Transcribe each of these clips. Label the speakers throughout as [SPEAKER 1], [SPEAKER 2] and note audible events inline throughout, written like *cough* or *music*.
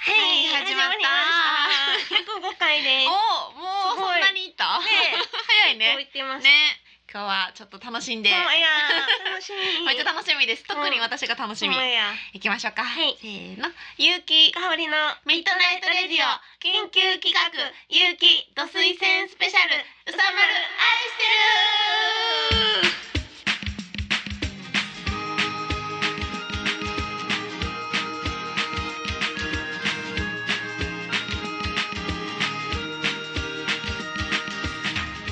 [SPEAKER 1] 始まっ
[SPEAKER 2] 105回です。
[SPEAKER 1] た。おもう
[SPEAKER 2] すご
[SPEAKER 1] そ
[SPEAKER 2] い
[SPEAKER 1] んなにいった。
[SPEAKER 2] ね
[SPEAKER 1] 早
[SPEAKER 2] こ
[SPEAKER 1] い
[SPEAKER 2] う
[SPEAKER 1] ね。
[SPEAKER 2] 言ってます。
[SPEAKER 1] ね。今日はちょっと楽しんで。
[SPEAKER 2] もうい
[SPEAKER 1] め
[SPEAKER 2] やー楽し
[SPEAKER 1] *laughs*
[SPEAKER 2] み。
[SPEAKER 1] っちゃ楽しみです。
[SPEAKER 2] うん
[SPEAKER 1] 特に私が楽しみ
[SPEAKER 2] もう。いや
[SPEAKER 1] 行きましょうか。
[SPEAKER 2] はい
[SPEAKER 1] せーの。ゆうき。
[SPEAKER 2] 香りの
[SPEAKER 1] ミッドナイトレディオ緊急企画ゆうきご推薦スペシャルうさまる愛してる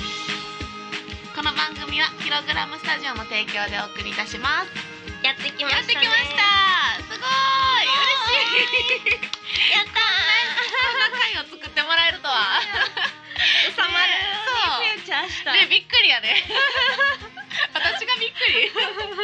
[SPEAKER 1] この番組はキログラムスタジオの提供でお送りいたします
[SPEAKER 2] やってきま
[SPEAKER 1] やっ
[SPEAKER 2] した
[SPEAKER 1] てき
[SPEAKER 2] ね。
[SPEAKER 1] ましたすごい嬉しい
[SPEAKER 2] やった
[SPEAKER 1] こんな会を作ってもらえる
[SPEAKER 2] *laughs*
[SPEAKER 1] とは。
[SPEAKER 2] ー。収まる。
[SPEAKER 1] ね
[SPEAKER 2] フューチャーした。
[SPEAKER 1] ね、びっくりやね。
[SPEAKER 2] *laughs*
[SPEAKER 1] 私がびっくり。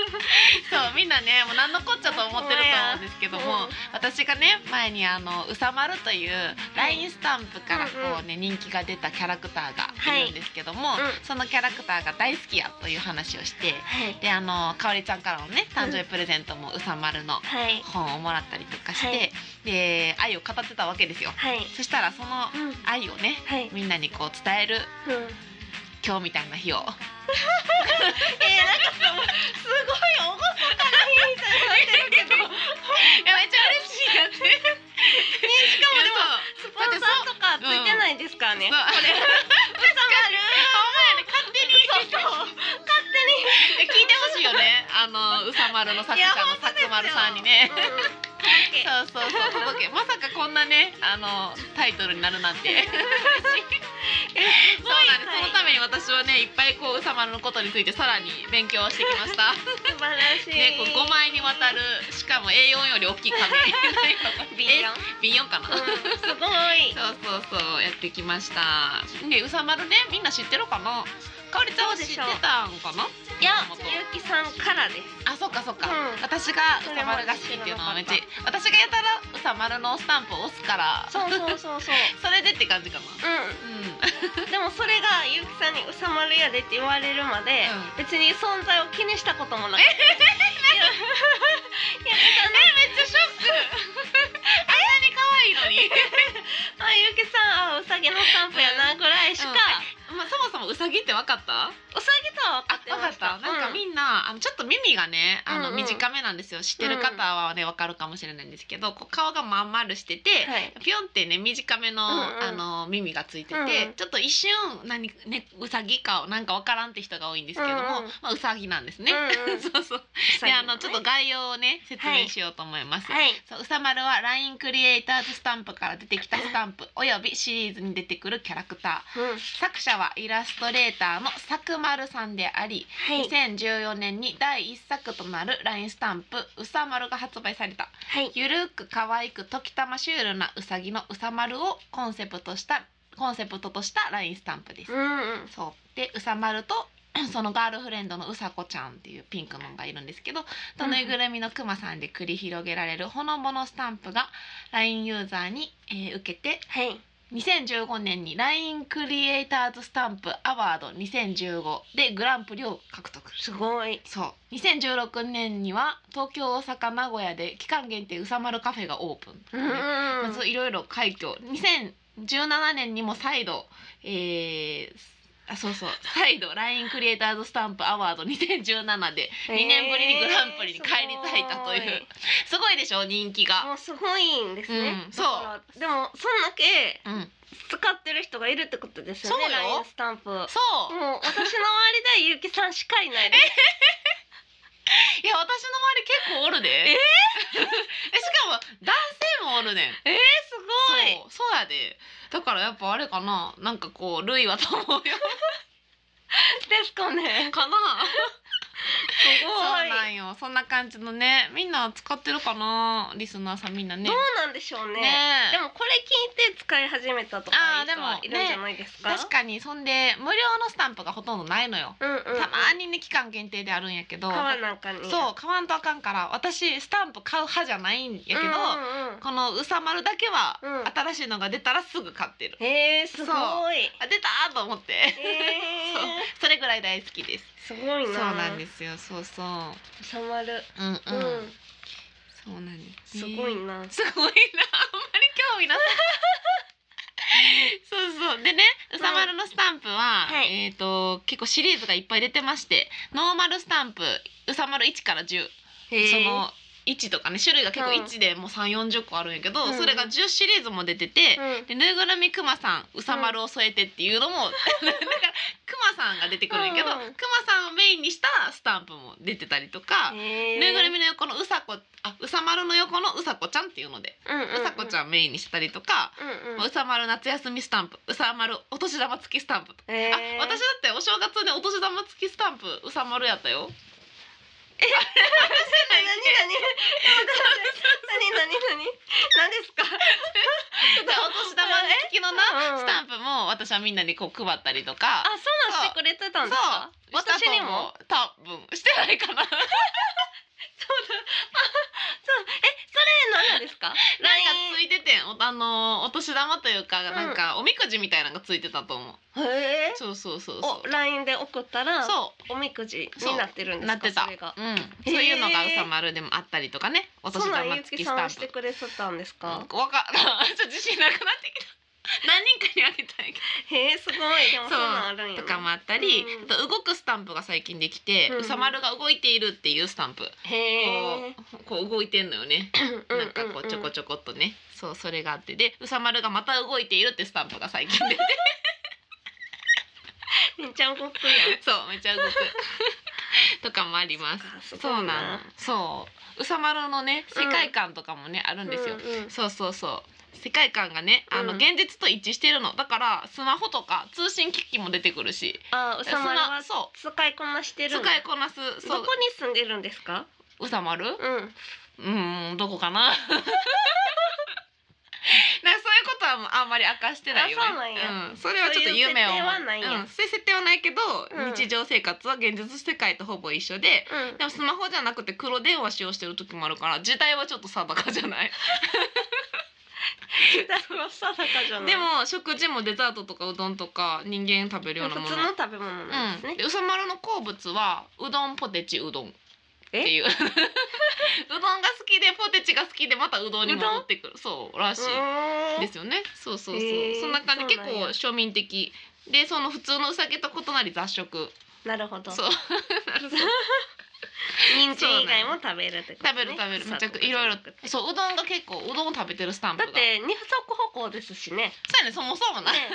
[SPEAKER 1] *laughs* そう、みんなね、もう何のこっちゃと思ってると思うんですけども
[SPEAKER 2] うん、
[SPEAKER 1] 私がね、前にあのうさまるというラインスタンプからこうね、人気が出たキャラクターがいるんですけども
[SPEAKER 2] はいうん、
[SPEAKER 1] そのキャラクターが大好きやという話をして、
[SPEAKER 2] はい
[SPEAKER 1] であのかおりちゃんからのね、誕生日プレゼントもうさまるの
[SPEAKER 2] はい
[SPEAKER 1] 本をもらったりとかし
[SPEAKER 2] はい
[SPEAKER 1] て、で愛を語ってたわけですよ。
[SPEAKER 2] はい
[SPEAKER 1] そしたらその
[SPEAKER 2] うん
[SPEAKER 1] 愛をね
[SPEAKER 2] はい。
[SPEAKER 1] みんなにこう伝える
[SPEAKER 2] うん。えー
[SPEAKER 1] 今日みたいな日を
[SPEAKER 2] なんかすごいおごそかな日みたいになってるけど。ね
[SPEAKER 1] いやめっちゃ嬉しいやって
[SPEAKER 2] しかもでもスポンサーとかついてないですからね。
[SPEAKER 1] そう
[SPEAKER 2] これ。うさまる。
[SPEAKER 1] 勝手に
[SPEAKER 2] そうそう。勝手に。
[SPEAKER 1] 聞いてほしいよねあのうさまるの作者のさくまるさんにね
[SPEAKER 2] う
[SPEAKER 1] そうそうそう届けまさかこんなねあのタイトルになるなん *laughs* て嬉しい
[SPEAKER 2] ん
[SPEAKER 1] そうなんです、そのた
[SPEAKER 2] め
[SPEAKER 1] めに私はねいっぱいこううさまるのことについてさらに勉強してきました
[SPEAKER 2] 素晴らしい。
[SPEAKER 1] ねこう5枚にわたるしかも A4 より大きい紙 *laughs*
[SPEAKER 2] ビヨン。
[SPEAKER 1] B4 かな、
[SPEAKER 2] うんすごい。
[SPEAKER 1] そうそうそうやってきました。ねうさまるねみんな知ってるかな。かおりちゃんは知ってたんかな。
[SPEAKER 2] いや、
[SPEAKER 1] もともと
[SPEAKER 2] ゆうきさんからです。
[SPEAKER 1] あそうかそうか。
[SPEAKER 2] うん
[SPEAKER 1] 私がうさまるが好きっていうのはめっちゃ
[SPEAKER 2] それ
[SPEAKER 1] 私がやたらうさまるのスタンプを押すから。
[SPEAKER 2] そうそうそうそう。
[SPEAKER 1] それでって感じかな。
[SPEAKER 2] う
[SPEAKER 1] うん。
[SPEAKER 2] ん、でもそれがゆうきさんに「うさまるやで」って言われるまで、
[SPEAKER 1] うん
[SPEAKER 2] 別に存在を気にしたこともなくていやゆうきさんね
[SPEAKER 1] めっちゃショック。あんなに可愛いのに。
[SPEAKER 2] あゆうきさんあうさぎのスタンプやなぐらいしか、
[SPEAKER 1] まあそもそもうさぎってわかった？
[SPEAKER 2] うさぎとは分か
[SPEAKER 1] あ
[SPEAKER 2] って
[SPEAKER 1] 分
[SPEAKER 2] ま
[SPEAKER 1] かっ
[SPEAKER 2] した
[SPEAKER 1] た。なんか
[SPEAKER 2] う
[SPEAKER 1] みんなあのちょっと耳がねあ
[SPEAKER 2] うん
[SPEAKER 1] の
[SPEAKER 2] うん
[SPEAKER 1] 短めなんですよ。知ってる方はねわかるかもしれないんですけど、こう顔がまん丸してて。
[SPEAKER 2] はい、
[SPEAKER 1] ピョンってね短めの,、
[SPEAKER 2] うんうん
[SPEAKER 1] あの耳がついて
[SPEAKER 2] う
[SPEAKER 1] て、
[SPEAKER 2] んうん
[SPEAKER 1] ちょっと一瞬何ねうさぎかなんかわからんって人が多いんですけども、
[SPEAKER 2] うんうん
[SPEAKER 1] まあうさぎなんですね。
[SPEAKER 2] うんうん
[SPEAKER 1] *laughs* そうそう。であのちょっと概要をね説明しようと思います。
[SPEAKER 2] はい、
[SPEAKER 1] そううさまるは LINE クリエイターズスタンプから出てきたスタンプおよびシリーズに出てくるキャラクタ
[SPEAKER 2] うん、はい
[SPEAKER 1] ー作者はイラストレーターのさくまるさんであり2014年に第1作となる LINE スタンプ「うさまる」が発売された
[SPEAKER 2] はい
[SPEAKER 1] ゆるく可愛く時たまシュールなうさぎのうさまるをコンセプトしたコンセプトとしたラインスタンプです。
[SPEAKER 2] うんうん
[SPEAKER 1] そうでうさまると *clears throat* そのガールフレンドのうさこちゃんっていうピンクのがいるんですけどとぬいぐるみのくまさんで繰り広げられるほのぼのスタンプが LINE ユーザーに、えー受けて
[SPEAKER 2] はい
[SPEAKER 1] 2015年に LINE クリエイターズスタンプアワード2015でグランプリを獲得
[SPEAKER 2] すごい
[SPEAKER 1] そう2016年には東京大阪名古屋で期間限定うさまるカフェがオープン、
[SPEAKER 2] うんうんう
[SPEAKER 1] ま
[SPEAKER 2] ん
[SPEAKER 1] ずいろいろ快挙2017年にも再度えーあそうそう再度 LINE クリエイターズスタンプアワード2017で2年ぶりにグランプリに返り咲いたという、
[SPEAKER 2] えーすごい
[SPEAKER 1] すごいでしょ人気が
[SPEAKER 2] もうすごいんですね、
[SPEAKER 1] うんそう
[SPEAKER 2] だからでもそんだけ
[SPEAKER 1] うん
[SPEAKER 2] 使ってる人がいるってことですよね
[SPEAKER 1] そうよ
[SPEAKER 2] ラインスタンプもう
[SPEAKER 1] そう、
[SPEAKER 2] 私
[SPEAKER 1] い
[SPEAKER 2] の周りではゆうきさんしかいないです
[SPEAKER 1] や私の周り結構おるで *laughs* えしかも男性もおるねん
[SPEAKER 2] えー、すごい
[SPEAKER 1] そうそうやでだからやっぱあれかななんかこう類はと思うよ
[SPEAKER 2] ですかね
[SPEAKER 1] かな
[SPEAKER 2] す
[SPEAKER 1] そ
[SPEAKER 2] ご
[SPEAKER 1] う
[SPEAKER 2] い
[SPEAKER 1] なんよそんな感じのねみんな使ってるかなリスナーさんみんなね
[SPEAKER 2] どうなんでしょうね
[SPEAKER 1] ね
[SPEAKER 2] でもこれ聞いて使い始めたとかい
[SPEAKER 1] あー
[SPEAKER 2] う人はいるんじゃないですか、
[SPEAKER 1] 確かにそんで無料のスタンプがほとんどないのよ、
[SPEAKER 2] うんうん、
[SPEAKER 1] たまにね期間限定であるんやけど
[SPEAKER 2] 川なんかに
[SPEAKER 1] そう買わんとあかんから私スタンプ買う派じゃないんやけど、
[SPEAKER 2] うんうん
[SPEAKER 1] このうさまるだけは、
[SPEAKER 2] うん
[SPEAKER 1] 新しいのが出たらすぐ買ってる
[SPEAKER 2] うん、えー、すごい
[SPEAKER 1] あ出たーと思って、
[SPEAKER 2] え
[SPEAKER 1] *laughs* それぐらい大好きです
[SPEAKER 2] ー、すごい
[SPEAKER 1] そう
[SPEAKER 2] な
[SPEAKER 1] なんですすよそうそう
[SPEAKER 2] 収まる
[SPEAKER 1] うんうん、
[SPEAKER 2] うん、
[SPEAKER 1] そうなんです
[SPEAKER 2] す
[SPEAKER 1] ね、
[SPEAKER 2] ごいな、
[SPEAKER 1] *laughs* すごいなあんまり今日よ
[SPEAKER 2] *laughs*
[SPEAKER 1] 皆さんそうそうでね「うさまる」のスタンプは、
[SPEAKER 2] はい
[SPEAKER 1] えっ、と結構シリーズがいっぱい出てましてノーマルスタンプうさまる1から10その1とかね種類が結構
[SPEAKER 2] うん
[SPEAKER 1] 1でもう3 4 0個あるんやけど、
[SPEAKER 2] うん
[SPEAKER 1] それが10シリーズも出てて、
[SPEAKER 2] うん
[SPEAKER 1] でぬいぐるみくまさんうさまるを添えてっていうのも、 *laughs* なんかくまさんが出てくるんやけど、
[SPEAKER 2] う
[SPEAKER 1] く
[SPEAKER 2] ん
[SPEAKER 1] まさんをメインにしたスタンプも出てたりとか、
[SPEAKER 2] へー
[SPEAKER 1] ぬいぐるみの横のうさこあうさまるの横のうさこちゃんっていうので、
[SPEAKER 2] うん
[SPEAKER 1] うさこち
[SPEAKER 2] ん
[SPEAKER 1] ゃんメインにしたりとか、
[SPEAKER 2] うんうん
[SPEAKER 1] まあうさまる夏休みスタンプうさまるお年玉付きスタンプとか、
[SPEAKER 2] へー
[SPEAKER 1] あ私だってお正月でお年玉付きスタンプうさまるやった
[SPEAKER 2] *laughs*
[SPEAKER 1] よ。
[SPEAKER 2] 何何何何何何何ですか？
[SPEAKER 1] お年玉付きのな
[SPEAKER 2] うん
[SPEAKER 1] スタンプも私はみんなにこう配ったりとか
[SPEAKER 2] あ、そうなんしてくれてたんですか？
[SPEAKER 1] そうした
[SPEAKER 2] 私
[SPEAKER 1] と
[SPEAKER 2] に
[SPEAKER 1] 思
[SPEAKER 2] も。
[SPEAKER 1] う多分してないかななんか
[SPEAKER 2] そう、え、それ *laughs* 何なんですか？
[SPEAKER 1] ついてて *laughs* んおあのお年玉というか
[SPEAKER 2] ん
[SPEAKER 1] なんかおみくじみたいなのがついてたと思う、
[SPEAKER 2] へえ。
[SPEAKER 1] そうそうそうそう
[SPEAKER 2] お、ラインで送ったら
[SPEAKER 1] そ
[SPEAKER 2] おみくじになってるんですか？
[SPEAKER 1] うなってた
[SPEAKER 2] それが。
[SPEAKER 1] うん、そういうのが
[SPEAKER 2] へ
[SPEAKER 1] う
[SPEAKER 2] ー
[SPEAKER 1] さまるでもあったりとかねお
[SPEAKER 2] そ
[SPEAKER 1] 年
[SPEAKER 2] んなん
[SPEAKER 1] 玉
[SPEAKER 2] ゆう
[SPEAKER 1] 付
[SPEAKER 2] き
[SPEAKER 1] きス
[SPEAKER 2] さん
[SPEAKER 1] タ
[SPEAKER 2] は
[SPEAKER 1] ン
[SPEAKER 2] して
[SPEAKER 1] プ
[SPEAKER 2] くれてたんです
[SPEAKER 1] わ
[SPEAKER 2] か？
[SPEAKER 1] か *laughs* ちょっと自信なくなってきた何人かにあげたいけ
[SPEAKER 2] へえ、すごい。でもそんなんあるんやな。
[SPEAKER 1] どとかもあったり、
[SPEAKER 2] うん
[SPEAKER 1] あと動くスタンプが最近できて、
[SPEAKER 2] うん
[SPEAKER 1] うさまるが動いているっていうスタンプ、
[SPEAKER 2] へえ。
[SPEAKER 1] こうこう動いてんのよね
[SPEAKER 2] う
[SPEAKER 1] なんかこうちょこちょこっとねそうそれがあってでうさまるがまた動いているってスタンプが最近
[SPEAKER 2] *laughs*
[SPEAKER 1] 出て
[SPEAKER 2] めっちゃ動くや
[SPEAKER 1] そうめっちゃ動くとかもあります
[SPEAKER 2] ん。すごい
[SPEAKER 1] そうなのそううさまるのね世界観とかもね、あるんですよ、
[SPEAKER 2] うんうん
[SPEAKER 1] そうそうそう世界観がねあ
[SPEAKER 2] う
[SPEAKER 1] の
[SPEAKER 2] ん
[SPEAKER 1] 現実と一致してるのだからスマホとか通信機器も出てくるし
[SPEAKER 2] あ、うさまるは
[SPEAKER 1] スマそ
[SPEAKER 2] 使いこなして
[SPEAKER 1] う使
[SPEAKER 2] る
[SPEAKER 1] い
[SPEAKER 2] んだ。
[SPEAKER 1] こなす
[SPEAKER 2] ど
[SPEAKER 1] そ
[SPEAKER 2] こ
[SPEAKER 1] う
[SPEAKER 2] に住んでるんですか？
[SPEAKER 1] うさまる
[SPEAKER 2] うん。
[SPEAKER 1] うーんどこかな *laughs* なんかそういうことはもうあんまり明かしてないよね
[SPEAKER 2] あそうなんや
[SPEAKER 1] うんそれはちょっと夢を
[SPEAKER 2] そういう設定はないんや
[SPEAKER 1] うん、そういう設定はないけど、
[SPEAKER 2] うん
[SPEAKER 1] 日常生活は現実世界とほぼ一緒で
[SPEAKER 2] うん
[SPEAKER 1] で。もスマホじゃなくて黒電話使用してる時もあるから時代はちょっと定かじゃない
[SPEAKER 2] だから定かじゃない。
[SPEAKER 1] でも食事もデザートとかうどんとか人間食べるようなも
[SPEAKER 2] 普
[SPEAKER 1] の
[SPEAKER 2] 通の食べ物なんです
[SPEAKER 1] う
[SPEAKER 2] ね
[SPEAKER 1] ん、。でうさまるの好物はうどんポテチうどんって *laughs* いううどんが好きでポテチが好きでまたうどんに戻ってくるそうらしいで
[SPEAKER 2] う
[SPEAKER 1] すよね。そうそうそう。
[SPEAKER 2] へー
[SPEAKER 1] そんな感じ
[SPEAKER 2] そう
[SPEAKER 1] 結
[SPEAKER 2] なんや
[SPEAKER 1] 構庶民的でその普通のうさぎと異なり雑食。
[SPEAKER 2] ーんなるほど。
[SPEAKER 1] そう。
[SPEAKER 2] 人参以外も食べるってこと
[SPEAKER 1] 食
[SPEAKER 2] ね。
[SPEAKER 1] べる食べるめちゃくいろいろ
[SPEAKER 2] そう。
[SPEAKER 1] そううどんが結構うどんを食べてるスタンプ
[SPEAKER 2] だ
[SPEAKER 1] が。
[SPEAKER 2] って二足歩行ですし
[SPEAKER 1] *laughs*
[SPEAKER 2] ね。
[SPEAKER 1] そうやねそもそもな。
[SPEAKER 2] ね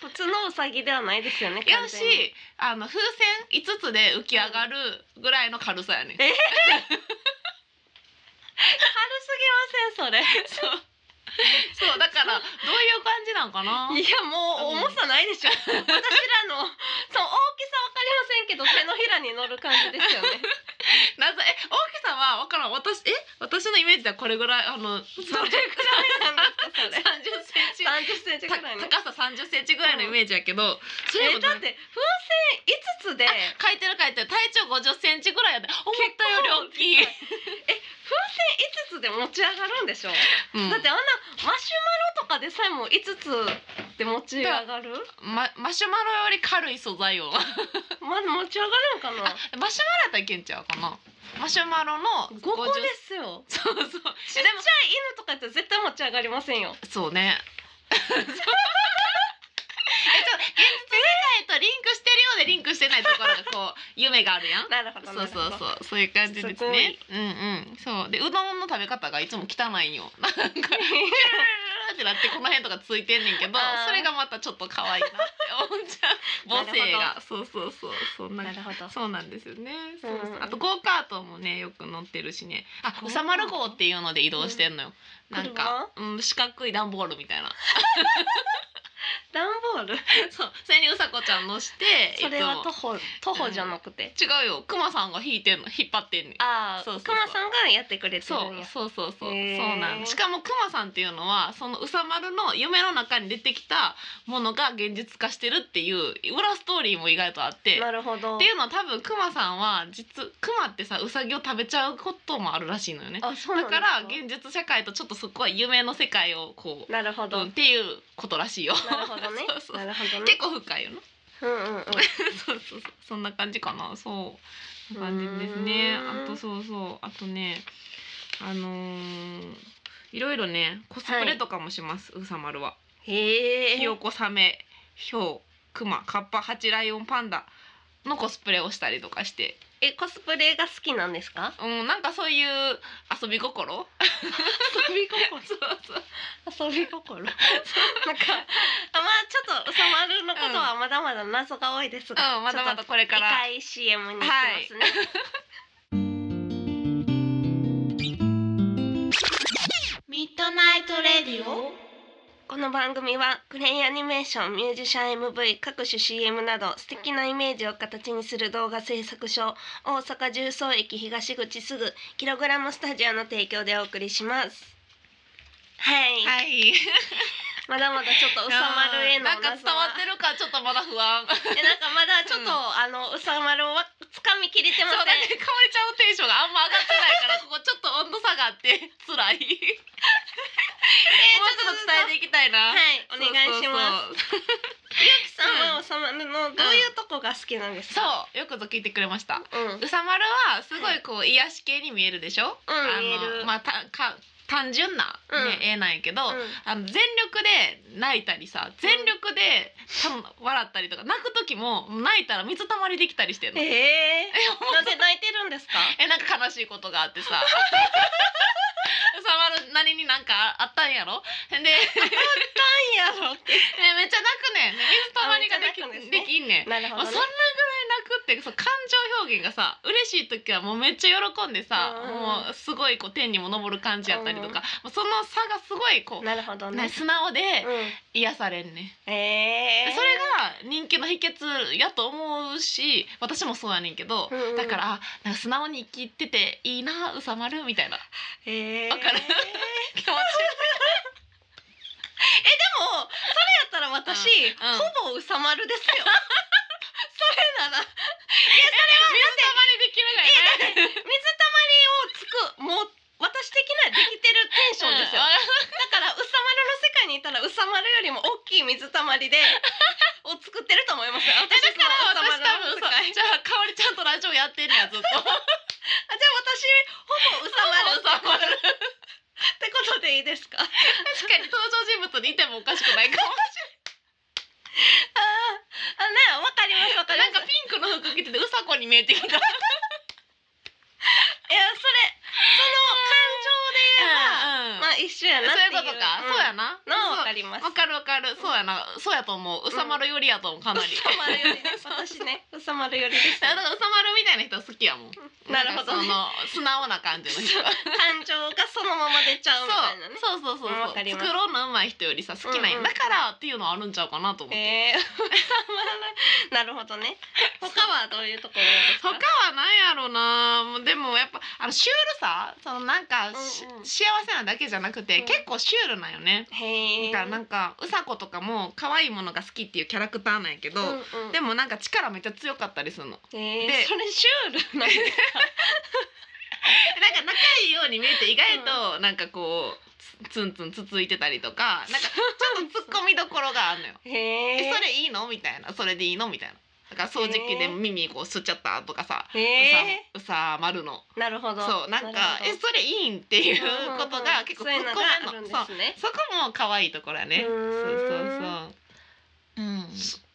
[SPEAKER 2] 普通のうさぎではないですよね。
[SPEAKER 1] や
[SPEAKER 2] 完
[SPEAKER 1] し
[SPEAKER 2] 全に
[SPEAKER 1] あの風船五つで浮き上がるぐらいの軽さやね。
[SPEAKER 2] え軽すぎませんそれ。
[SPEAKER 1] *laughs* そう。そうだからどういう感じなんかな。
[SPEAKER 2] いやもう重さないでしょ。私らのその大きさわかりませんけど手のひらに乗る感じですよね。
[SPEAKER 1] なぜえ大きさはわからん私え私のイメージではこれぐらいあの *laughs* それぐらい
[SPEAKER 2] なんですかそれ。
[SPEAKER 1] 三十センチ
[SPEAKER 2] 三十センチく
[SPEAKER 1] た
[SPEAKER 2] らいの。
[SPEAKER 1] 高さ三十センチぐらいのイメージやけど、それ
[SPEAKER 2] え
[SPEAKER 1] も
[SPEAKER 2] だ
[SPEAKER 1] だ
[SPEAKER 2] っ
[SPEAKER 1] って
[SPEAKER 2] て風船5つでえ
[SPEAKER 1] 書いてる書いてる体長五十センチぐらいやで思ったより大きい、
[SPEAKER 2] 風船5つで持ち上がるんでしょ、
[SPEAKER 1] うん
[SPEAKER 2] だってあんなマシュマロとかでさえも5つで持ち上がる
[SPEAKER 1] まマシュマロより軽い素材をあ
[SPEAKER 2] まだ持ち上がるんかな
[SPEAKER 1] マシュマロやったらいけんちゃうかなマシュマロの
[SPEAKER 2] 5個
[SPEAKER 1] 50
[SPEAKER 2] ですよ
[SPEAKER 1] そうそ
[SPEAKER 2] ち
[SPEAKER 1] う
[SPEAKER 2] っちゃ
[SPEAKER 1] え
[SPEAKER 2] い
[SPEAKER 1] でも
[SPEAKER 2] 犬とかやったら絶対持ち上がりませんよ
[SPEAKER 1] そう
[SPEAKER 2] *laughs*
[SPEAKER 1] ねえちょっと現実世界とリンクしてるようでリンクしてないところがこう夢がある
[SPEAKER 2] *laughs*
[SPEAKER 1] やん
[SPEAKER 2] なるほど
[SPEAKER 1] そうそう
[SPEAKER 2] う
[SPEAKER 1] そうそういう感じです
[SPEAKER 2] すご
[SPEAKER 1] ね
[SPEAKER 2] い。
[SPEAKER 1] うんうん。そうでうどんの食べ方がいつも汚いんよ。 *laughs* なんかピュルルルルルってなってこの辺とかついてんねんけど
[SPEAKER 2] あー、
[SPEAKER 1] それがまたちょっと可愛いなって思っちゃう。母
[SPEAKER 2] *laughs*
[SPEAKER 1] 性
[SPEAKER 2] な
[SPEAKER 1] が。そうそうそうそんな
[SPEAKER 2] な。るほど
[SPEAKER 1] そうなんですよね。そうそう
[SPEAKER 2] うん
[SPEAKER 1] あとゴーカートもねよく乗ってるしね。
[SPEAKER 2] ゴ
[SPEAKER 1] あ
[SPEAKER 2] ーカート
[SPEAKER 1] うさまる号っていうので移動してんのよ。
[SPEAKER 2] うん
[SPEAKER 1] なんか、うん、四角い段ボールみたいな。 *laughs*
[SPEAKER 2] 段ボール
[SPEAKER 1] そうそれにうさこちゃん乗して。
[SPEAKER 2] それ
[SPEAKER 1] いつ
[SPEAKER 2] は
[SPEAKER 1] も
[SPEAKER 2] 徒歩徒歩じゃなくて、
[SPEAKER 1] 違うよ。くまさんが引いてんの引っ張ってんねん。
[SPEAKER 2] ああ
[SPEAKER 1] そうそうそう
[SPEAKER 2] クマさんがやってくれて
[SPEAKER 1] そう
[SPEAKER 2] るんや
[SPEAKER 1] そうそうそう、
[SPEAKER 2] へー
[SPEAKER 1] そうなんしかもくまさんっていうのはそのうさまるの夢の中に出てきたものが現実化してるっていう裏ストーリーも意外とあって
[SPEAKER 2] なるほど
[SPEAKER 1] っていうのは多分くまさんは実くまってさうさぎを食べちゃうこともあるらしいのよね
[SPEAKER 2] あそうなん
[SPEAKER 1] だ
[SPEAKER 2] です
[SPEAKER 1] から現実社会とちょっとそこは夢の世界をこう、
[SPEAKER 2] なるほど、
[SPEAKER 1] うん、っていうことらしいよ
[SPEAKER 2] なるほ *laughs* どね
[SPEAKER 1] *laughs* そうそう
[SPEAKER 2] なるほどね
[SPEAKER 1] 結構深いよな
[SPEAKER 2] うん *laughs* うんうん
[SPEAKER 1] そうそうそうそんな感じかなそうそんな感じですね
[SPEAKER 2] うーん
[SPEAKER 1] あとそうそうあとねあのーいろいろねコスプレとかもします、うさまるは。
[SPEAKER 2] へえ
[SPEAKER 1] ひよこサメひょうくまカッパハチライオンパンダのコスプレをしたりとかして、
[SPEAKER 2] えコスプレが好きなんですか
[SPEAKER 1] うん、なんかそういう遊び心 *laughs*
[SPEAKER 2] 遊び心
[SPEAKER 1] そうそう
[SPEAKER 2] 遊び *laughs* 心なんかあまあちょっとうさまるのことはまだまだ謎が多いですが、
[SPEAKER 1] うん、まだま
[SPEAKER 2] ちょ
[SPEAKER 1] だこれ
[SPEAKER 2] っと
[SPEAKER 1] から
[SPEAKER 2] 次回 CM に行きますね、ミッドナイトレディオこの番組はクレイアニメーションミュージシャン MV 各種 CM など素敵なイメージを形にする動画制作所大阪重曹駅東口すぐキログラムスタジオの提供でお送りしますはい、
[SPEAKER 1] はい
[SPEAKER 2] まだまだちょっとうさまるへの
[SPEAKER 1] なんか伝わって
[SPEAKER 2] る
[SPEAKER 1] るかちょっとまだ不安そう
[SPEAKER 2] えなんかまだちょっと、
[SPEAKER 1] うん
[SPEAKER 2] あのうさまるはつかみきれてま
[SPEAKER 1] だ
[SPEAKER 2] せん
[SPEAKER 1] ねかおりちゃんのテンションがあんま上がってないからここちょっと温度差があって辛いもうちょっと伝えていきたい
[SPEAKER 2] はい
[SPEAKER 1] な、
[SPEAKER 2] お願いします
[SPEAKER 1] す
[SPEAKER 2] ゆきさんはおさまるのどういうとこが好きなんです
[SPEAKER 1] そ
[SPEAKER 2] か、
[SPEAKER 1] うよくぞ聞いてくれました
[SPEAKER 2] うん、うん、
[SPEAKER 1] うさまるはすごいこう癒し系に見えるでしょ、あ
[SPEAKER 2] 見える、
[SPEAKER 1] のまあたか単純な、ね
[SPEAKER 2] うん
[SPEAKER 1] 絵なんやけど、
[SPEAKER 2] うん
[SPEAKER 1] あの全力で泣いたりさ全力で多分笑ったりとか泣く時も泣いたら水たまりできたりしてんの。 *laughs* え
[SPEAKER 2] ええ
[SPEAKER 1] ほん
[SPEAKER 2] なんで泣いてるんですか。
[SPEAKER 1] えなんか悲しいことがあ
[SPEAKER 2] *laughs*
[SPEAKER 1] ってさうさまるなりになんかあったんやろでで
[SPEAKER 2] なんやろって。
[SPEAKER 1] めっちゃ泣くねんで水たまりができ
[SPEAKER 2] あめっちゃ泣くんです
[SPEAKER 1] で
[SPEAKER 2] ね
[SPEAKER 1] きんねん。
[SPEAKER 2] なるほ
[SPEAKER 1] まあ、
[SPEAKER 2] ど、ね
[SPEAKER 1] そんなぐら。い泣くってそう感情表現がさ嬉しい時はもうめっちゃ喜んでさ、
[SPEAKER 2] うん
[SPEAKER 1] もうすごいこう天にも昇る感じやったりと
[SPEAKER 2] うん
[SPEAKER 1] か、まあその差がすごいこう、
[SPEAKER 2] なるほど
[SPEAKER 1] ね
[SPEAKER 2] ね。
[SPEAKER 1] 素直で
[SPEAKER 2] う
[SPEAKER 1] 癒されんね、
[SPEAKER 2] ん。ええ
[SPEAKER 1] それが人気の秘訣やと思うし私もそうやねんけど、
[SPEAKER 2] うんうん
[SPEAKER 1] だからあなんか素直に生きてていいなうさまるみたいな
[SPEAKER 2] ええ
[SPEAKER 1] わかる
[SPEAKER 2] でも、
[SPEAKER 1] 気持ち、
[SPEAKER 2] それやったら私、
[SPEAKER 1] うんうん
[SPEAKER 2] ほぼうさまるです
[SPEAKER 1] *laughs*
[SPEAKER 2] よ。それなら、
[SPEAKER 1] 水たまりできるがいね。
[SPEAKER 2] 水たまりをつく、もう、私的にはできてるテンションですよ。
[SPEAKER 1] うん
[SPEAKER 2] だから、うさまるの世界にいたら、うさまるよりも大きい水たまり
[SPEAKER 1] *laughs*
[SPEAKER 2] で。を作ってると思いますよ。
[SPEAKER 1] えだ
[SPEAKER 2] 私
[SPEAKER 1] から
[SPEAKER 2] そのうさまる
[SPEAKER 1] 私
[SPEAKER 2] の
[SPEAKER 1] 多分
[SPEAKER 2] 世
[SPEAKER 1] さ
[SPEAKER 2] 界
[SPEAKER 1] じゃあかおりちゃんとラジオやってんねやずっ *laughs* と。
[SPEAKER 2] あ、じゃあ、私、ほぼうさまる。ってことでいいですか。
[SPEAKER 1] 確かに登場人物にいてもおかしくないかも
[SPEAKER 2] あーあ、ね、わかります、わかり
[SPEAKER 1] なん
[SPEAKER 2] ま
[SPEAKER 1] か
[SPEAKER 2] す。
[SPEAKER 1] ピンクの服着ててうさこに見えてきた。
[SPEAKER 2] いや、それ、その感情で言えば、ま
[SPEAKER 1] まあ
[SPEAKER 2] あ、一緒や
[SPEAKER 1] そう
[SPEAKER 2] なっ
[SPEAKER 1] いう
[SPEAKER 2] ていう。
[SPEAKER 1] ことか。そうや
[SPEAKER 2] ん。
[SPEAKER 1] な。
[SPEAKER 2] の、わ
[SPEAKER 1] そ
[SPEAKER 2] かりま
[SPEAKER 1] う
[SPEAKER 2] す。
[SPEAKER 1] わかるわかる。そうやな。そうやと思う。うさまるよりやと思うかなり。
[SPEAKER 2] うさまるよりね、私ね、うさまるよりです。
[SPEAKER 1] だからうさまるみたいな人好きやもん。
[SPEAKER 2] なるほどね。
[SPEAKER 1] なんかその素直な感じの人。
[SPEAKER 2] 感情がそのまま出ちゃうみたいなね。
[SPEAKER 1] そうそうそうそう
[SPEAKER 2] うんわか
[SPEAKER 1] 作
[SPEAKER 2] ります
[SPEAKER 1] ろうの上手い人よりさ好きなんや
[SPEAKER 2] うんうん
[SPEAKER 1] だからっていうのはあるんちゃうかなと思って、
[SPEAKER 2] ええー、う *laughs* さまる。なるほどね。他はどういうところです
[SPEAKER 1] 他
[SPEAKER 2] か。
[SPEAKER 1] はなんやろうなもうでもやっぱあのシュールさそのなんかし、
[SPEAKER 2] うんうん
[SPEAKER 1] 幸せなだけじゃなくて、
[SPEAKER 2] うん
[SPEAKER 1] 結構シュールなんよね、
[SPEAKER 2] へえ。
[SPEAKER 1] だからなんかうさことかも可愛いものが好きっていうキャラクターなんやけど、
[SPEAKER 2] うんうん、
[SPEAKER 1] でもなんか力めっちゃ強かったりするのなんか
[SPEAKER 2] え
[SPEAKER 1] で
[SPEAKER 2] ー、それシュールなんですか。
[SPEAKER 1] 仲いいように見えて意外となんかこうツンツンつついてたりとかなんかちょっとツッコミどころがあるのよ
[SPEAKER 2] *laughs* へ
[SPEAKER 1] え
[SPEAKER 2] え。
[SPEAKER 1] それいいのみたいなそれでいいのみたいなだから掃除機で耳こう吸っちゃったとかさ、
[SPEAKER 2] れ。へえ
[SPEAKER 1] うさうさ丸の
[SPEAKER 2] ー。なるほど。
[SPEAKER 1] そうなん
[SPEAKER 2] る
[SPEAKER 1] か
[SPEAKER 2] ほど
[SPEAKER 1] えそれいいんっていうこと
[SPEAKER 2] うんうんう
[SPEAKER 1] が
[SPEAKER 2] ん
[SPEAKER 1] 結構
[SPEAKER 2] そうい
[SPEAKER 1] 突っ
[SPEAKER 2] うのがあ
[SPEAKER 1] 込め
[SPEAKER 2] るん
[SPEAKER 1] んの
[SPEAKER 2] で
[SPEAKER 1] そう
[SPEAKER 2] すね。
[SPEAKER 1] そこも可愛いところやね
[SPEAKER 2] う
[SPEAKER 1] そう
[SPEAKER 2] ーん
[SPEAKER 1] そうそううん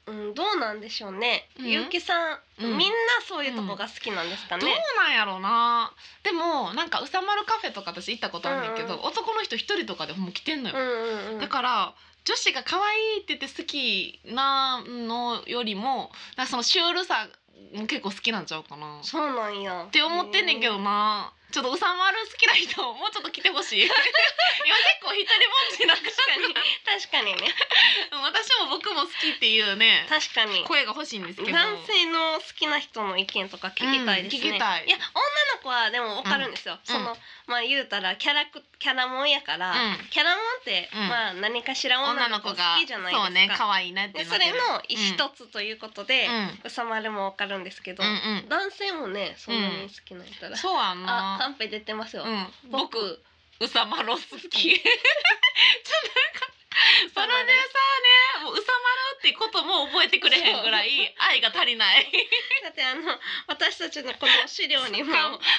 [SPEAKER 2] うん、どうなんでしょうね。
[SPEAKER 1] うん
[SPEAKER 2] ゆうきさん、
[SPEAKER 1] うん
[SPEAKER 2] みんなそういうとこが好きなんですかね
[SPEAKER 1] ど。うなんやろうなでもなんかうさまるカフェとか私行ったことあるんだけど、
[SPEAKER 2] うん
[SPEAKER 1] 男の人一人とかでほんま来てんのよ、
[SPEAKER 2] うんうんうん。
[SPEAKER 1] だから女子が可愛いって言って好きなのよりもなんかそのシュールさも結構好きなんちゃうかな
[SPEAKER 2] そうなんや。っ
[SPEAKER 1] って思ってんねんけど。な、ちょっとうさまる好きな人もうちょっと来て
[SPEAKER 2] *laughs*
[SPEAKER 1] ほしい今結構一人ぼっちな
[SPEAKER 2] 確かに確かにね
[SPEAKER 1] 私も僕も好きっていうね
[SPEAKER 2] 確かに。
[SPEAKER 1] 声が欲しいんですけど
[SPEAKER 2] 男性の好きな人の意見とか聞きたいですね。
[SPEAKER 1] うん聞きたい
[SPEAKER 2] や女の子はでもわかるんですよ。そのまあ言うたらキャラクキャラもんやから、
[SPEAKER 1] うん
[SPEAKER 2] キャラもんって、
[SPEAKER 1] うん
[SPEAKER 2] まあ何かしら女
[SPEAKER 1] 女
[SPEAKER 2] の
[SPEAKER 1] の
[SPEAKER 2] 子
[SPEAKER 1] 子
[SPEAKER 2] 好
[SPEAKER 1] が
[SPEAKER 2] きじゃないですか。
[SPEAKER 1] そうね可愛いなって
[SPEAKER 2] で
[SPEAKER 1] な
[SPEAKER 2] そ
[SPEAKER 1] って
[SPEAKER 2] れ
[SPEAKER 1] る
[SPEAKER 2] の一つということで、うさまるもわかるんですけど、
[SPEAKER 1] うんうん
[SPEAKER 2] 男性もねそんなに好きなんやった
[SPEAKER 1] う
[SPEAKER 2] ら
[SPEAKER 1] ん、そうやん
[SPEAKER 2] あカ
[SPEAKER 1] な
[SPEAKER 2] ンペ出てますよ。
[SPEAKER 1] うん
[SPEAKER 2] 僕
[SPEAKER 1] 僕うさまろ好
[SPEAKER 2] *laughs*
[SPEAKER 1] きちょっとなんかそれでさねもううさまろってことも覚えてくれへんぐらい愛が足りない
[SPEAKER 2] だってあの私たちのこの資料にも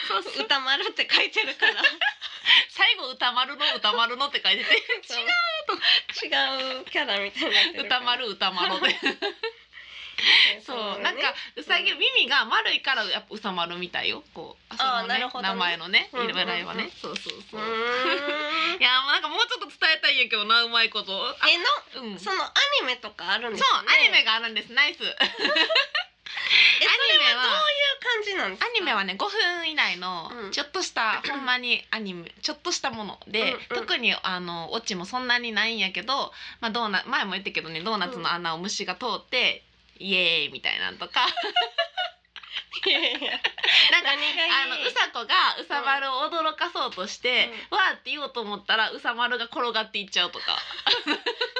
[SPEAKER 1] そうそう *laughs*
[SPEAKER 2] 歌丸って書いてるから。
[SPEAKER 1] 最後歌丸の歌丸のって書いて
[SPEAKER 2] 違うと違うキャラみたいになって
[SPEAKER 1] て
[SPEAKER 2] るから
[SPEAKER 1] 歌丸歌丸で
[SPEAKER 2] ね
[SPEAKER 1] *laughs* そう
[SPEAKER 2] のね
[SPEAKER 1] なんかうさぎ耳が丸いからやっぱうさ丸みたいよこうそ
[SPEAKER 2] あー
[SPEAKER 1] の
[SPEAKER 2] なるほどね
[SPEAKER 1] 名前のね
[SPEAKER 2] うんうんうん
[SPEAKER 1] 由来はねそうそう
[SPEAKER 2] う
[SPEAKER 1] そ
[SPEAKER 2] ー
[SPEAKER 1] うんいやーもうなんかもうちょっと伝えたいんやけどなうまいことあ
[SPEAKER 2] えの
[SPEAKER 1] うん
[SPEAKER 2] そのアニメとかあるん
[SPEAKER 1] そう
[SPEAKER 2] ですか、ね、
[SPEAKER 1] アニメがあるんですナイスア
[SPEAKER 2] えそれはどういう
[SPEAKER 1] は
[SPEAKER 2] 感じなんですか
[SPEAKER 1] アニメはね5分 *laughs* 以内の
[SPEAKER 2] うん
[SPEAKER 1] ちょっと *clears throat* した、ほんまにアニメちょっとしたもので、
[SPEAKER 2] うんうん
[SPEAKER 1] 特にあのオチもそんなにないんやけど、まあ、ドーナ前も言ったけどねドーナツの穴を虫が通って、イエーイみたいなんとか
[SPEAKER 2] いやいやいや
[SPEAKER 1] なんか
[SPEAKER 2] 何がいい
[SPEAKER 1] あのうさこがうさまるを驚かそうとして、わーって言おうと思ったらうさまるが転がっていっちゃうとか